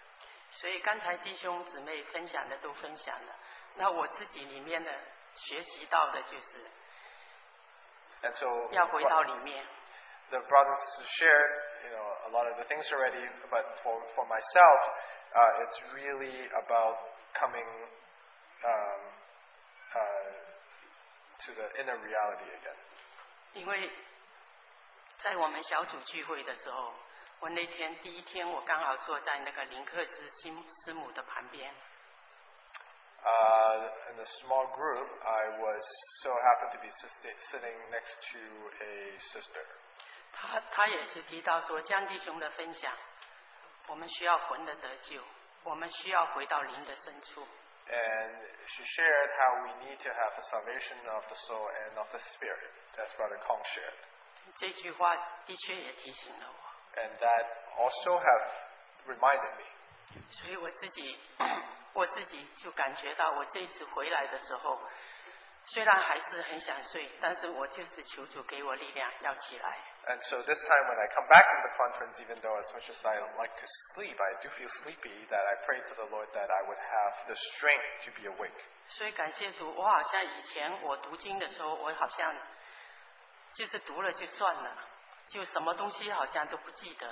[SPEAKER 12] 所以刚才弟兄姊妹分享的都分享了，那我自己里面的学习到的就是。
[SPEAKER 5] And so
[SPEAKER 12] 要回到里
[SPEAKER 5] what
[SPEAKER 12] 面。
[SPEAKER 5] the brothers and sisters shared, you know, a lot of the things already, but for, for myself, uh, it's really about coming um, uh, to the inner reality again.
[SPEAKER 12] 因为在我们小组聚会的时候，我那天第一天，我刚好坐在那个林克之师师母的旁边，
[SPEAKER 5] Uh, in a small group, I was so happened to be sis- sitting next to a sister.
[SPEAKER 12] 她她也是提到说江弟兄的分享，我们需要魂的得救，我们需要回到灵的深处。
[SPEAKER 5] And she shared how we need to have the salvation of the soul and of the spirit. That's Brother Kong shared.
[SPEAKER 12] 这句话的确也提醒了我，
[SPEAKER 5] And that also have reminded me.
[SPEAKER 12] 所以我自己 我自己就感觉到，我这次回来的时候，虽然还是很想睡，但是我就是求主给我力量要起来。
[SPEAKER 5] And so this time when I come back from the conference, even though as much as I like to sleep, I do feel sleepy, that I pray to the Lord that I would have the strength to be awake.
[SPEAKER 12] 所以感谢主，我好像以前我读经的时候，我好像就是读了就算了，就什么东西好像都不记得。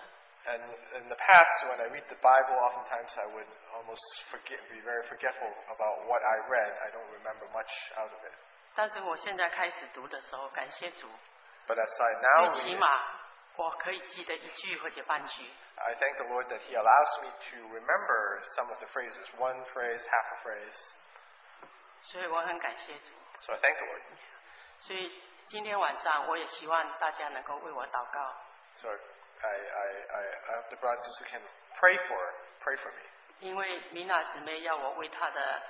[SPEAKER 5] And in the past, when I read the Bible, oftentimes I would almost forget, be very forgetful about what I read. I don't remember much out of it.
[SPEAKER 12] 但是我现在开始读的时候，感谢主，
[SPEAKER 5] But as I now
[SPEAKER 12] 最
[SPEAKER 5] read
[SPEAKER 12] 起
[SPEAKER 5] it,
[SPEAKER 12] 码我可以记得一句或者半句。
[SPEAKER 5] I thank the Lord that He allows me to remember some of the phrases, one phrase, half a phrase.
[SPEAKER 12] 所以我很感谢主。
[SPEAKER 5] So I thank the Lord.
[SPEAKER 12] 所以今天晚上我也希望大家能够为我祷告。
[SPEAKER 5] So I, I, I, I hope the brothers and sisters can pray for, pray for me.
[SPEAKER 12] 因为米娜姊妹要我为她的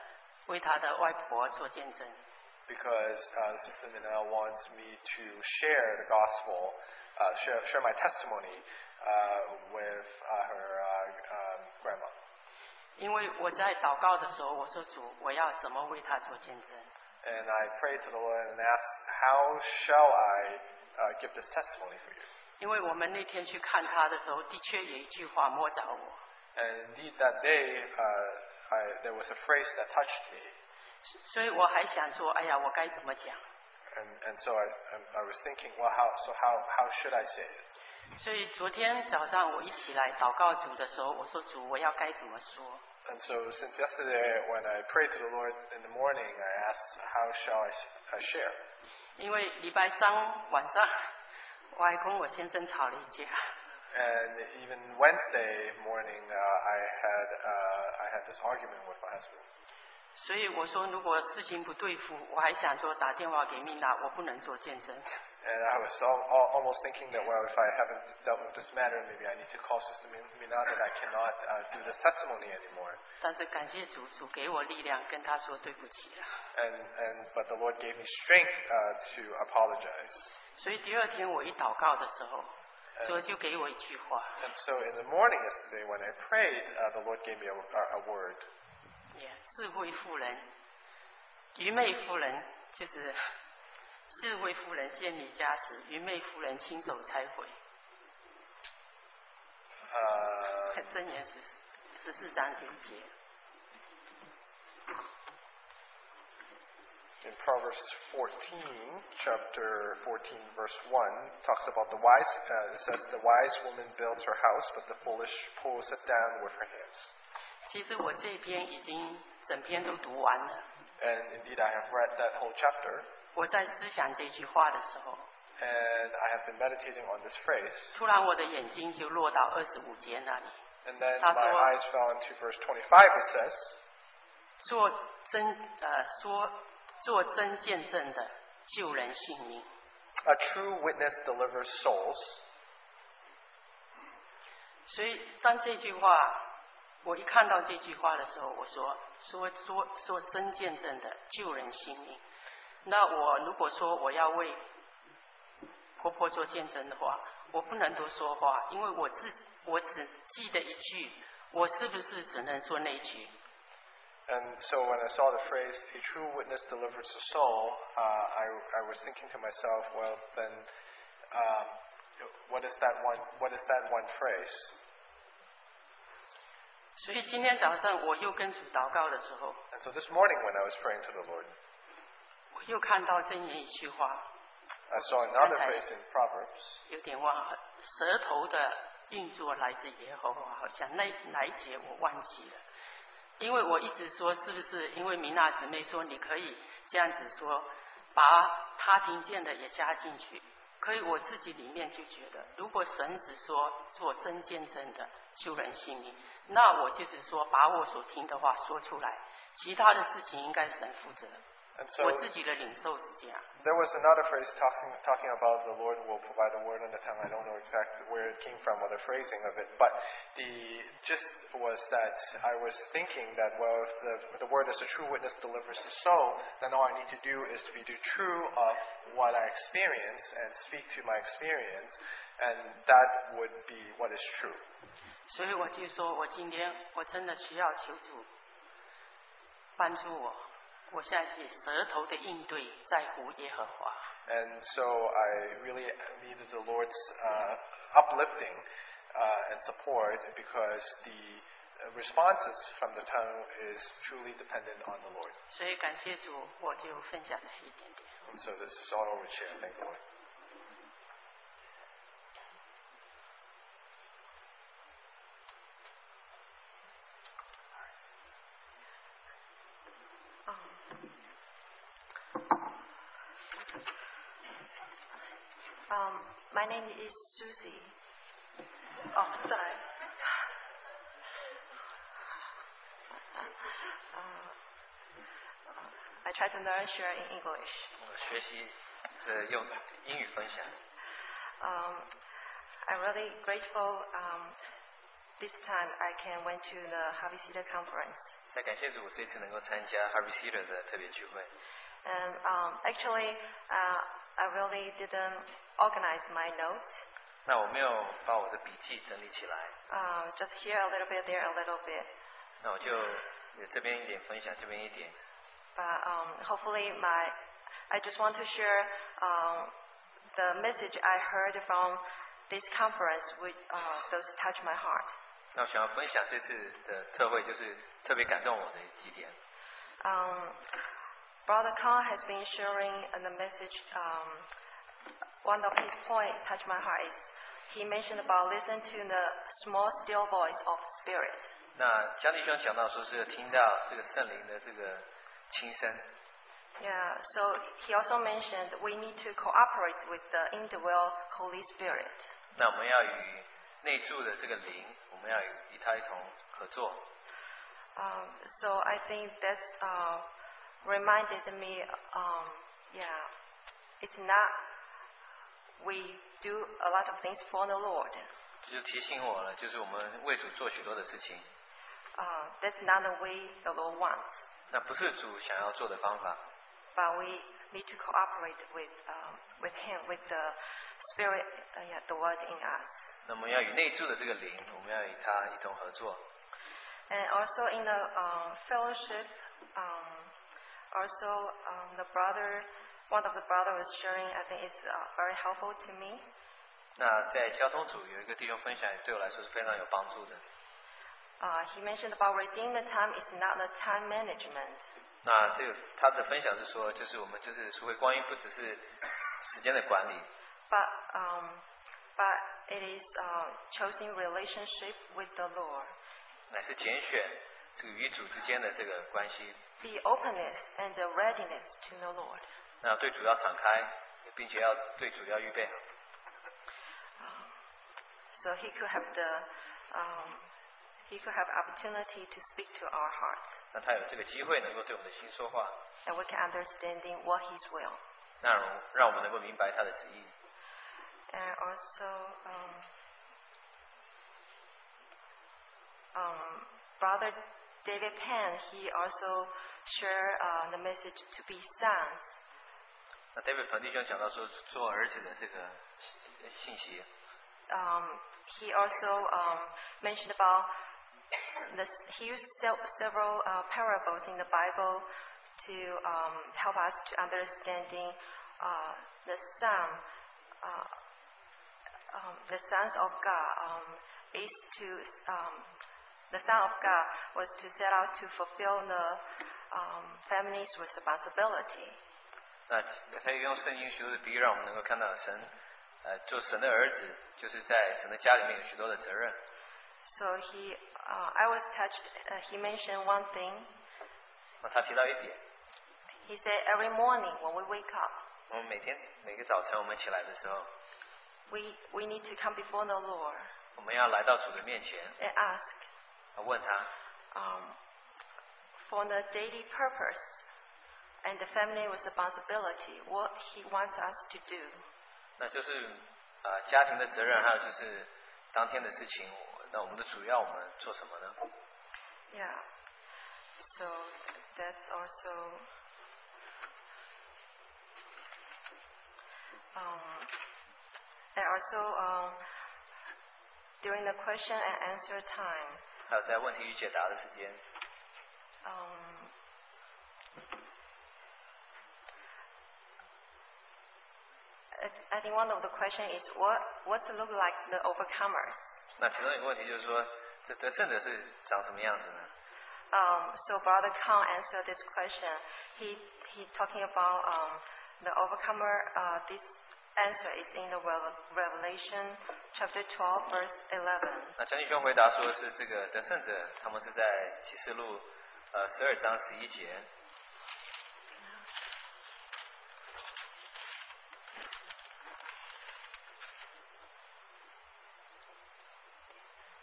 [SPEAKER 12] 为她的外婆做见证，
[SPEAKER 5] because uh, Sister Ninel wants me to share the gospel, uh, share, share my testimony uh, with uh, her uh, um, grandma.
[SPEAKER 12] 因为我在祷告的时候，我说主，我要怎么为她做见证？
[SPEAKER 5] And I prayed to the Lord and asked, How shall I uh, give this testimony for you?
[SPEAKER 12] 因为我们那天去看她的时候，的确有一句话摸着我，
[SPEAKER 5] And indeed, that day, uh, I, there was a phrase that touched me.
[SPEAKER 12] 所以我还想说，哎呀，我该怎么讲？
[SPEAKER 5] And, and so I, I- I was thinking, well, how, so how, how should I say it?
[SPEAKER 12] 所以昨天早上我一起来祷告主的时候，我说主，我要该怎么说？
[SPEAKER 5] And so since yesterday, when I prayed to the Lord in the morning, I asked, how shall I, s- I share?
[SPEAKER 12] 因为礼拜三晚上， 我还跟我先生吵了一架，
[SPEAKER 5] And even Wednesday morning, uh, I had uh, I had this argument with my husband.
[SPEAKER 12] 所以我说如果事情不对付，我还想说打电话给米娜，我不能做见证。
[SPEAKER 5] And I was al- al- almost thinking that, well, if I haven't dealt with this matter, maybe I need to call Sister Min- Mina that I cannot uh, do this testimony anymore.
[SPEAKER 12] 但是感谢主，主给我力量跟他说对不起了。
[SPEAKER 5] And, and But the Lord gave me strength uh, to apologize.
[SPEAKER 12] 所以第二天我一祷告的时候，
[SPEAKER 5] 呃
[SPEAKER 12] 主就给我一句话，
[SPEAKER 5] And so in the morning yesterday, when I prayed, uh, the Lord gave me a, a, a word.
[SPEAKER 12] 也智慧妇人，愚昧妇人就是智慧妇人见你家时，愚昧妇人亲手拆毁。
[SPEAKER 5] Uh,
[SPEAKER 12] 箴言十十四章第一节，
[SPEAKER 5] in Proverbs 14, chapter 14, verse 1, talks about the wise, uh, it says, The wise woman builds her house, but the foolish pulls it down with her hands.
[SPEAKER 12] 其实我这篇已经整篇都读完了。
[SPEAKER 5] And indeed, I have read that whole chapter,
[SPEAKER 12] 我在思想这句话的时候，
[SPEAKER 5] and I have been meditating on this phrase.
[SPEAKER 12] 突然我的眼睛就落到二十五节那里，
[SPEAKER 5] And then
[SPEAKER 12] That's
[SPEAKER 5] my
[SPEAKER 12] the one.
[SPEAKER 5] eyes fell into verse 25, it says,
[SPEAKER 12] 做真呃说做真见证的救人性命。
[SPEAKER 5] A true witness delivers souls.
[SPEAKER 12] 所以当这句话我一看到这句话的时候，我说说说说真见证的救人性命。那我如果说我要为婆婆做见证的话，我不能多说话，因为我只我只记得一句，我是不是只能说那一句？
[SPEAKER 5] And so when I saw the phrase, a true witness delivers a soul, uh, I, I was thinking to myself, well, then, um, what is that one, what is that one phrase?
[SPEAKER 12] 所以今天早上我又跟主祷告的时候，
[SPEAKER 5] And so this morning when I was praying to the Lord,
[SPEAKER 12] 我又看到箴言一句话，
[SPEAKER 5] I saw another
[SPEAKER 12] Okay.
[SPEAKER 5] phrase in Proverbs.
[SPEAKER 12] 有点忘了，舌头的运作来自耶和华，好像那哪一节我忘记了。因为我一直说，是不是因为米娜姊妹说你可以这样子说，把她听见的也加进去。可以，我自己里面就觉得，如果神只说做真见证的救人性命，那我就是说把我所听的话说出来，其他的事情应该神负责。
[SPEAKER 5] And so
[SPEAKER 12] 我自己的领受是这样。
[SPEAKER 5] There was another phrase talking, talking about the Lord will provide a word on the tongue. I don't know exactly where it came from or the phrasing of it, but the gist was that I was thinking that, well, if the, the word is a true witness delivers the soul, then all I need to do is to be the true of what I experience and speak to my experience, and that would be what is true.
[SPEAKER 12] 所以我就说，我今天我真的需要求主帮助我。我现在是舌头的应对在乎耶和华，
[SPEAKER 5] And so I really needed the Lord's uh, uplifting uh, and support because the uh, responses from the tongue is truly dependent on the Lord.
[SPEAKER 12] 所以感谢主，我就分享这一点点。
[SPEAKER 5] And so this is all I would share. Thank the Lord.
[SPEAKER 13] Um, my name is Susie. Oh,
[SPEAKER 9] 哦，再来。
[SPEAKER 13] Uh, I try to learn share in English.
[SPEAKER 2] 我学习呃用英语分享。
[SPEAKER 13] Um, I'm really grateful. Um, this time I can went to the Harvey Cedar conference.
[SPEAKER 2] 再感谢主，这次能够参加 Harvey s e e r 的特别聚会。
[SPEAKER 13] And um, actually, uh, I really didn't organize my notes.
[SPEAKER 2] 那我没有把我的笔记整理起来，
[SPEAKER 13] Uh, just here a little bit, there a little bit.
[SPEAKER 2] 那我就呃这边一点分享，这边一点。
[SPEAKER 13] But um, hopefully, my I just want to share um, the message I heard from this conference, which uh, those touch my heart.
[SPEAKER 2] 那我想要分享这次的特会，就是特别感动我的几点。
[SPEAKER 13] Um, Brother Khan has been sharing uh, the message. Um, one of his point touch my heart is he mentioned about listen to the small still voice of spirit.
[SPEAKER 2] 那江弟兄讲到说是听到这个圣灵的这个轻声，
[SPEAKER 13] Yeah. So he also mentioned we need to cooperate with the indwell Holy Spirit.
[SPEAKER 2] 那我们要与内住的这个灵，我们要与与他一同合作。
[SPEAKER 13] Um, so I think that's uh, reminded me. Um, yeah, it's not we do a lot of things for the Lord.
[SPEAKER 2] 这就提醒我了，就是我们为主做许多的事情，
[SPEAKER 13] Uh, that's not the way the Lord wants.
[SPEAKER 2] 那不是主想要做的方法。
[SPEAKER 13] But we need to cooperate with um, with Him, with the Spirit, uh, yeah, the Word in us.
[SPEAKER 2] 那么要与内住的这个灵，我们要与他一同合作。
[SPEAKER 13] And also in the um, fellowship, um, also um, the brother, one of the brother was sharing. I think it's uh, very helpful to me.
[SPEAKER 2] 那在交通组有一个弟兄分享，对我来说是非常有帮助的。
[SPEAKER 13] Uh, he mentioned about redeeming the time is not the time management.
[SPEAKER 2] 那这个他的分享是说，就是我们就是除非光阴不只是时间的管理，
[SPEAKER 13] But um, but it is uh, choosing relationship with the Lord.
[SPEAKER 2] 乃是拣选这个与主之间的这个关系。
[SPEAKER 13] Be openness and the readiness to the Lord.
[SPEAKER 2] 那对主要敞开，并且要对主要预备好。
[SPEAKER 13] So he could have the um, he could have opportunity to speak to our hearts,
[SPEAKER 2] 那他有这个机会能够对我们的心说话，
[SPEAKER 13] and we can understanding what His will.
[SPEAKER 2] 那让让我们能够明白他的旨意。
[SPEAKER 13] And also, um, um, Brother David Penn, he also shared uh, the message to be sons.
[SPEAKER 2] 那 David 彭弟兄讲到说做儿子的这个信信息，
[SPEAKER 13] Um, he also um, mentioned about the, he used se- several uh, parables in the Bible to um, help us to understanding uh, the son, uh, um, the sons of God um, is to um, the son of God was to set out to fulfill the um, family's responsibility.
[SPEAKER 2] 那他也用圣经许多的比喻，让我们能够看到神，呃，做神的儿子，就是在神的家里面有许多的责任。
[SPEAKER 13] So he, uh, I was touched. Uh, he mentioned one thing.
[SPEAKER 2] 那他提到一点，
[SPEAKER 13] He said every morning when we wake up,
[SPEAKER 2] 我们每天每个早晨我们起来的时候，
[SPEAKER 13] we we need to come before the Lord
[SPEAKER 2] 我们要来到主的面前，
[SPEAKER 13] and ask
[SPEAKER 2] 啊问他
[SPEAKER 13] um, for the daily purpose and the family responsibility what He wants us to do.
[SPEAKER 2] 那就是呃家庭的责任，还有就是当天的事情。我那我们的主要我们做什么呢？
[SPEAKER 13] Yeah. So that's also. Um, and also um, during the question and answer time,
[SPEAKER 2] 还有在问题与解答的时间。
[SPEAKER 13] um, I- I think Um, one of the question is what what's look like the overcomers.
[SPEAKER 2] 那其中一个问题就是说，这得胜者是长什么样子呢？
[SPEAKER 13] Um, so Brother Kang answered this question. He he talking about um, the overcomer. Uh, this answer is in the Revel- Revelation chapter 12, verse 11.
[SPEAKER 2] 那陈弟兄回答说是这个得胜者，他们是在启示录呃十二章十一节。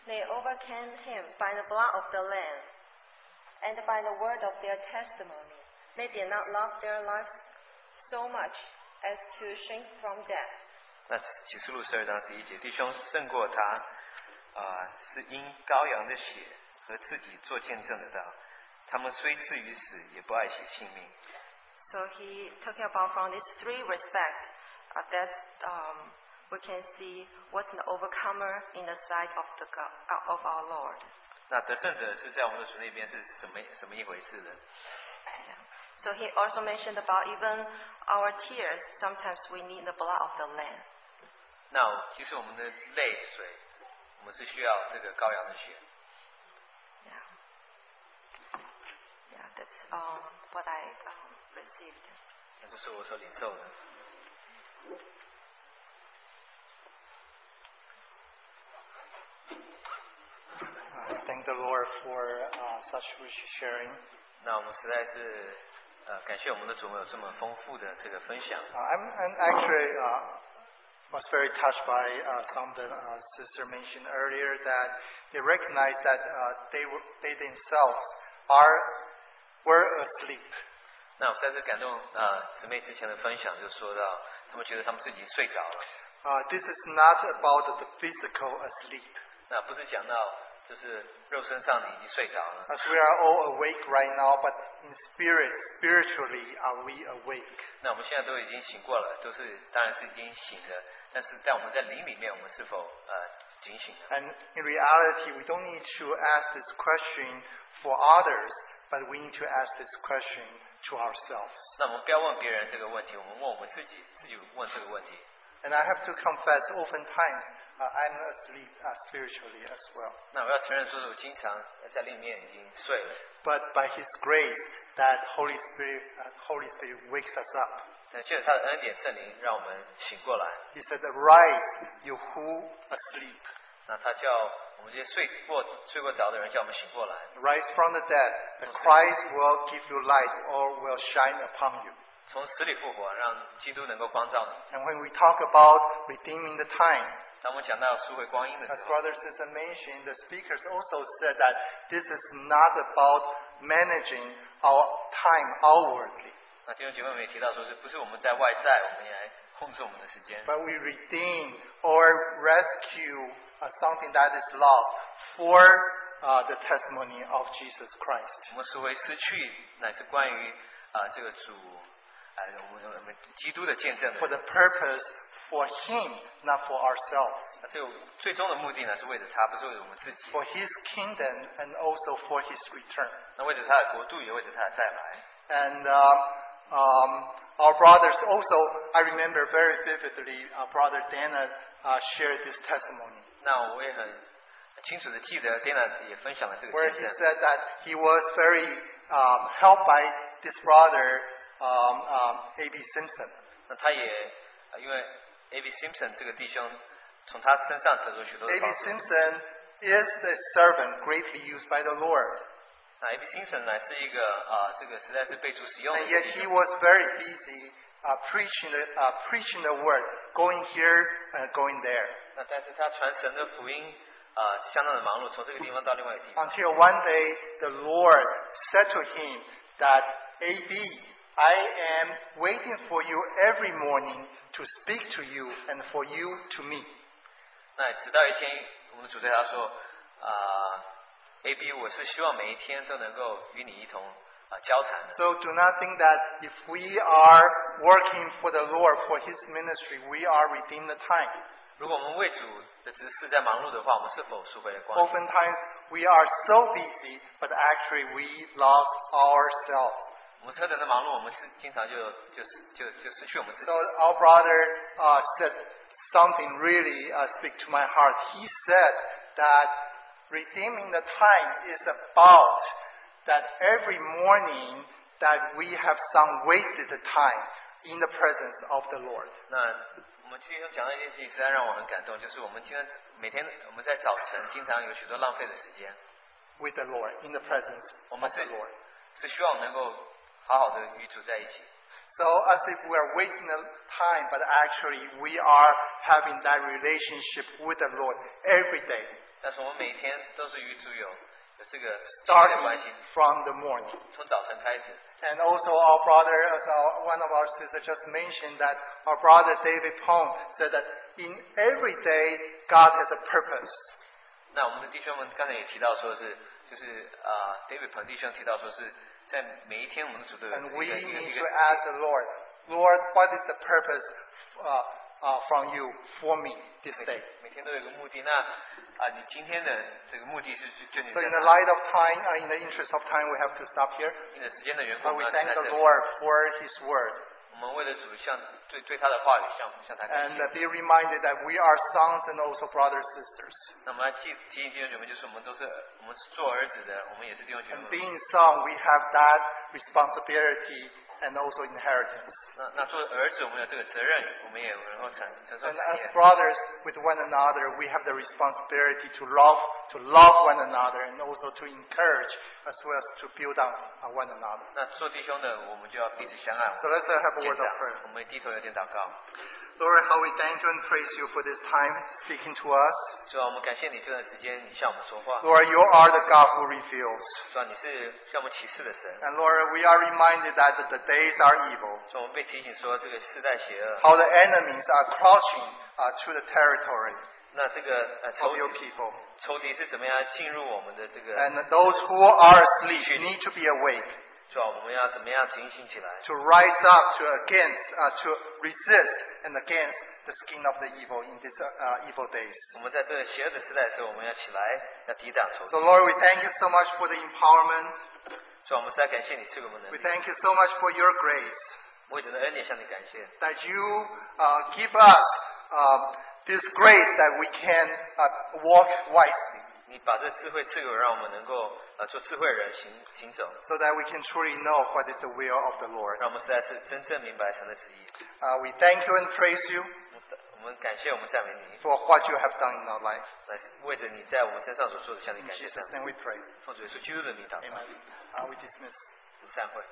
[SPEAKER 13] They overcame him by the blood of the Lamb and by the word of their testimony. They did not love their lives so much as to shrink from death.
[SPEAKER 2] 那启示录十二章十一节，弟兄胜过他，啊、是因羔羊的血和自己做见证的道。他们虽至于死，也不爱惜性命。
[SPEAKER 13] So he talking about from these three respect uh, that um, we can see what's an overcomer in the sight of the God, uh, of our Lord.
[SPEAKER 2] 那得胜者是在我们的主那边是怎么怎么一回事的？
[SPEAKER 13] So he also mentioned about even our tears. Sometimes we need the blood of the Lamb.
[SPEAKER 2] 那其实我们的泪水，我们是需要这个羔羊的血。
[SPEAKER 13] Yeah, that's um, what I um, received.
[SPEAKER 2] 那这是我所领受的。
[SPEAKER 1] I thank the Lord for uh, such rich sharing.
[SPEAKER 2] 那我们实在是呃感谢我们的主有这么丰富的这个分享。
[SPEAKER 1] Uh, I'm, I'm actually uh, was very touched by uh, some that uh, sister mentioned earlier that they recognize that uh, they were, they themselves are were asleep.
[SPEAKER 2] 那我实在是感动呃姊妹之前的分享就说到，他们觉得他们自己睡着了。
[SPEAKER 1] Uh, this is not about the physical asleep,
[SPEAKER 2] 那不是讲到就是肉身上你已经睡着了，
[SPEAKER 1] as we are all awake right now, but in spirit, spiritually, are we awake?
[SPEAKER 2] 那我们现在都已经醒过了，都是当然是已经醒了，但是在我们在灵里面，我们是否呃警醒呢？
[SPEAKER 1] And in reality, we don't need to ask this question for others, but we need to ask this question to ourselves.
[SPEAKER 2] 那我们不要问别人这个问题，我们问我们自己，自己问这个问题。
[SPEAKER 1] And I have to confess, oftentimes, uh, I'm asleep uh, spiritually as well.
[SPEAKER 2] 那我要承认，就是我经常在里面已经睡了，
[SPEAKER 1] But by His grace, that Holy Spirit, uh, Holy Spirit wakes us up.
[SPEAKER 2] 但借着他的恩典圣灵，让我们醒过来。
[SPEAKER 1] He says, "Arise, you who uh, are asleep,
[SPEAKER 2] 那他叫我们这些睡过睡过着的人，叫我们醒过来。
[SPEAKER 1] rise from the dead. The Christ will give you light, or will shine upon you."
[SPEAKER 2] 从死里复活，让基督能够光照你。
[SPEAKER 1] And when we talk about redeeming the time,
[SPEAKER 2] 当我们讲到赎回光阴的时
[SPEAKER 1] As
[SPEAKER 2] 候，
[SPEAKER 1] Brother Sister mentioned, the speakers also said that this is not about managing our time outwardly,
[SPEAKER 2] 那呃弟兄姐妹们也提到说，是不是我们在外在，我们也来控制我们的时间？
[SPEAKER 1] but we redeem or rescue uh, something that is lost for uh, the testimony of Jesus Christ.
[SPEAKER 2] 我们赎回失去，乃是关于啊、这个主啊、我们我们基督的见证的
[SPEAKER 1] For the purpose for Him, not for ourselves.
[SPEAKER 2] 那这个最终的目的呢，是为了他，不是为了我们自己。
[SPEAKER 1] For His kingdom and also for His return.
[SPEAKER 2] 那为着他的国度，也为着他的再来。
[SPEAKER 1] And um, um, our brothers also, I remember very vividly, uh, Brother Dana uh, shared this testimony
[SPEAKER 2] 那我也很呃清楚的记得 d a n 也分享了这个
[SPEAKER 1] where
[SPEAKER 2] 见
[SPEAKER 1] he
[SPEAKER 2] 证。
[SPEAKER 1] said that he was very um, helped by this brother, um, um, A.B. Simpson.
[SPEAKER 2] 那他也、呃因为 A.B. Simpson 这个弟兄，从他身上得出许多的
[SPEAKER 1] A.B.
[SPEAKER 2] 帮助。
[SPEAKER 1] Simpson is a servant greatly used by the Lord,
[SPEAKER 2] 那 A.B. Simpson 呢，是一个啊、这个实在是被主使用的
[SPEAKER 1] and
[SPEAKER 2] 一
[SPEAKER 1] yet
[SPEAKER 2] 个弟
[SPEAKER 1] he
[SPEAKER 2] 兄。
[SPEAKER 1] was very busy uh, preaching, the, uh, preaching the word, going here and going there.
[SPEAKER 2] 那但是他传神的福音啊、相当的忙碌，从这个地方到另外一个地方。
[SPEAKER 1] Until one day the Lord said to him that, A.B., I am waiting for you every morning to speak to you and for you to me.
[SPEAKER 2] 那直到一天，我们的主对他说：“啊、a B，我是希望每一天都能够与你一同啊、交谈的。
[SPEAKER 1] So do not think that if we are working for the Lord, for His ministry, we are redeeming the time.
[SPEAKER 2] 如果我们为主的执事在忙碌的话，我们是否赎回了光阴？
[SPEAKER 1] Oftentimes we are so busy, but actually we lost ourselves.
[SPEAKER 2] 我们何等的忙碌，我们是经常就就就就失去我们自己
[SPEAKER 1] So。our brother uh, said something really uh, speak to my heart. He said that redeeming the time is about that every morning that we have some wasted time in the presence of the Lord.
[SPEAKER 2] 那我们今天讲到一件事情，实在让我很感动，就是我们今天每天我们在早晨经常有许多浪费的时间，
[SPEAKER 1] With the Lord, in the presence
[SPEAKER 2] 我
[SPEAKER 1] of
[SPEAKER 2] 们是
[SPEAKER 1] the Lord.
[SPEAKER 2] 是希望能够好好的与主在一起。
[SPEAKER 1] So as if we are wasting the time, but actually we are having that relationship with the Lord every day,
[SPEAKER 2] 但是我们每天都是与主有有这个新的
[SPEAKER 1] starting
[SPEAKER 2] 关系，
[SPEAKER 1] from the morning.
[SPEAKER 2] 从早晨开始。
[SPEAKER 1] And also our brother, as our, one of our sisters just mentioned that our brother David Pong said that in every day God has a purpose.
[SPEAKER 2] 那我们的弟兄们刚才也提到说是，就是啊、d a v i d 彭弟兄提到说是在每一天我们的主都有
[SPEAKER 1] And
[SPEAKER 2] 一个
[SPEAKER 1] we
[SPEAKER 2] 一个
[SPEAKER 1] need
[SPEAKER 2] 一
[SPEAKER 1] to
[SPEAKER 2] 个
[SPEAKER 1] ask the Lord, Lord, what is the purpose uh, uh, from you for me this day?
[SPEAKER 2] 每天都有一个目的。那啊、你今天的这个目的是就就你
[SPEAKER 1] So
[SPEAKER 2] 在
[SPEAKER 1] in the light of time, uh, in the interest of time, we have to stop here.
[SPEAKER 2] 因着时间的缘故，
[SPEAKER 1] But
[SPEAKER 2] 我
[SPEAKER 1] we
[SPEAKER 2] 们要
[SPEAKER 1] thank
[SPEAKER 2] 停在
[SPEAKER 1] the
[SPEAKER 2] 这里
[SPEAKER 1] Lord for His word.
[SPEAKER 2] 我们为了主向对对他的话语向向他
[SPEAKER 1] And
[SPEAKER 2] 感
[SPEAKER 1] uh,
[SPEAKER 2] 谢。
[SPEAKER 1] be reminded that we are sons and also brothers sisters.
[SPEAKER 2] 那我们要记提醒弟兄姐妹，就是我们都是我们是做儿子的，我们也是弟兄姐
[SPEAKER 1] And
[SPEAKER 2] 妹。
[SPEAKER 1] being son, we have that responsibility and also inheritance.
[SPEAKER 2] 那那作为儿子，我们有这个责任，我们也能够承承受
[SPEAKER 1] And
[SPEAKER 2] 产
[SPEAKER 1] as
[SPEAKER 2] 业。
[SPEAKER 1] brothers with one another, we have the responsibility to love, to love one another, and also to encourage as well as to build up uh, one another.
[SPEAKER 2] 那做弟兄的，我们就要彼此相爱。
[SPEAKER 1] So let's have a
[SPEAKER 2] 见
[SPEAKER 1] word
[SPEAKER 2] 证
[SPEAKER 1] of prayer.
[SPEAKER 2] 我们低头有点祷告。
[SPEAKER 1] Lord, how we thank you and praise you for this time speaking to us.
[SPEAKER 2] 主啊，我们感谢你这段时间，你向我们说话。
[SPEAKER 1] Lord, you are the God who reveals.
[SPEAKER 2] 主啊，你是向我们启示的神。
[SPEAKER 1] And Lord, we are reminded that the days are evil,
[SPEAKER 2] 主啊，我们被提醒说这个世代邪恶。
[SPEAKER 1] how the enemies are crouching uh, to the territory
[SPEAKER 2] 那这个呃
[SPEAKER 1] of
[SPEAKER 2] 仇
[SPEAKER 1] your
[SPEAKER 2] 敌
[SPEAKER 1] people.
[SPEAKER 2] 仇敌是怎么样进入我们的这个？
[SPEAKER 1] And those who are asleep need to be awake,
[SPEAKER 2] 主啊，我们要怎么样警醒起来？
[SPEAKER 1] to rise up to against, uh, to resist and against the skin of the evil in these uh, uh, evil days.
[SPEAKER 2] 我们在这个邪恶的时代的时候，我们要起来，要抵挡仇敌。
[SPEAKER 1] So Lord, we thank you so much for the empowerment.
[SPEAKER 2] 主啊，我们实在感谢你赐给我们能
[SPEAKER 1] We
[SPEAKER 2] 力，
[SPEAKER 1] thank you so much for your grace
[SPEAKER 2] 我也真的恩典向你感谢。
[SPEAKER 1] that you uh, give us uh, this grace that we can uh, walk wisely.
[SPEAKER 2] 你把这智慧赐给我，让我们能够呃做智慧人行行走，
[SPEAKER 1] so that we can truly know what is the will of the Lord.
[SPEAKER 2] 让我们实在是真正明白神的旨意。
[SPEAKER 1] Uh, we thank you and praise you
[SPEAKER 2] 我们感谢我们赞美你，
[SPEAKER 1] for what you have done in our life.
[SPEAKER 2] 来为着你在我们身上所做的，向你
[SPEAKER 1] In
[SPEAKER 2] 感谢
[SPEAKER 1] Jesus'
[SPEAKER 2] 赞
[SPEAKER 1] name
[SPEAKER 2] 美
[SPEAKER 1] we pray.
[SPEAKER 2] 奉主耶稣基督的名祷告，
[SPEAKER 1] Amen. Uh, we dismiss.
[SPEAKER 2] 散会。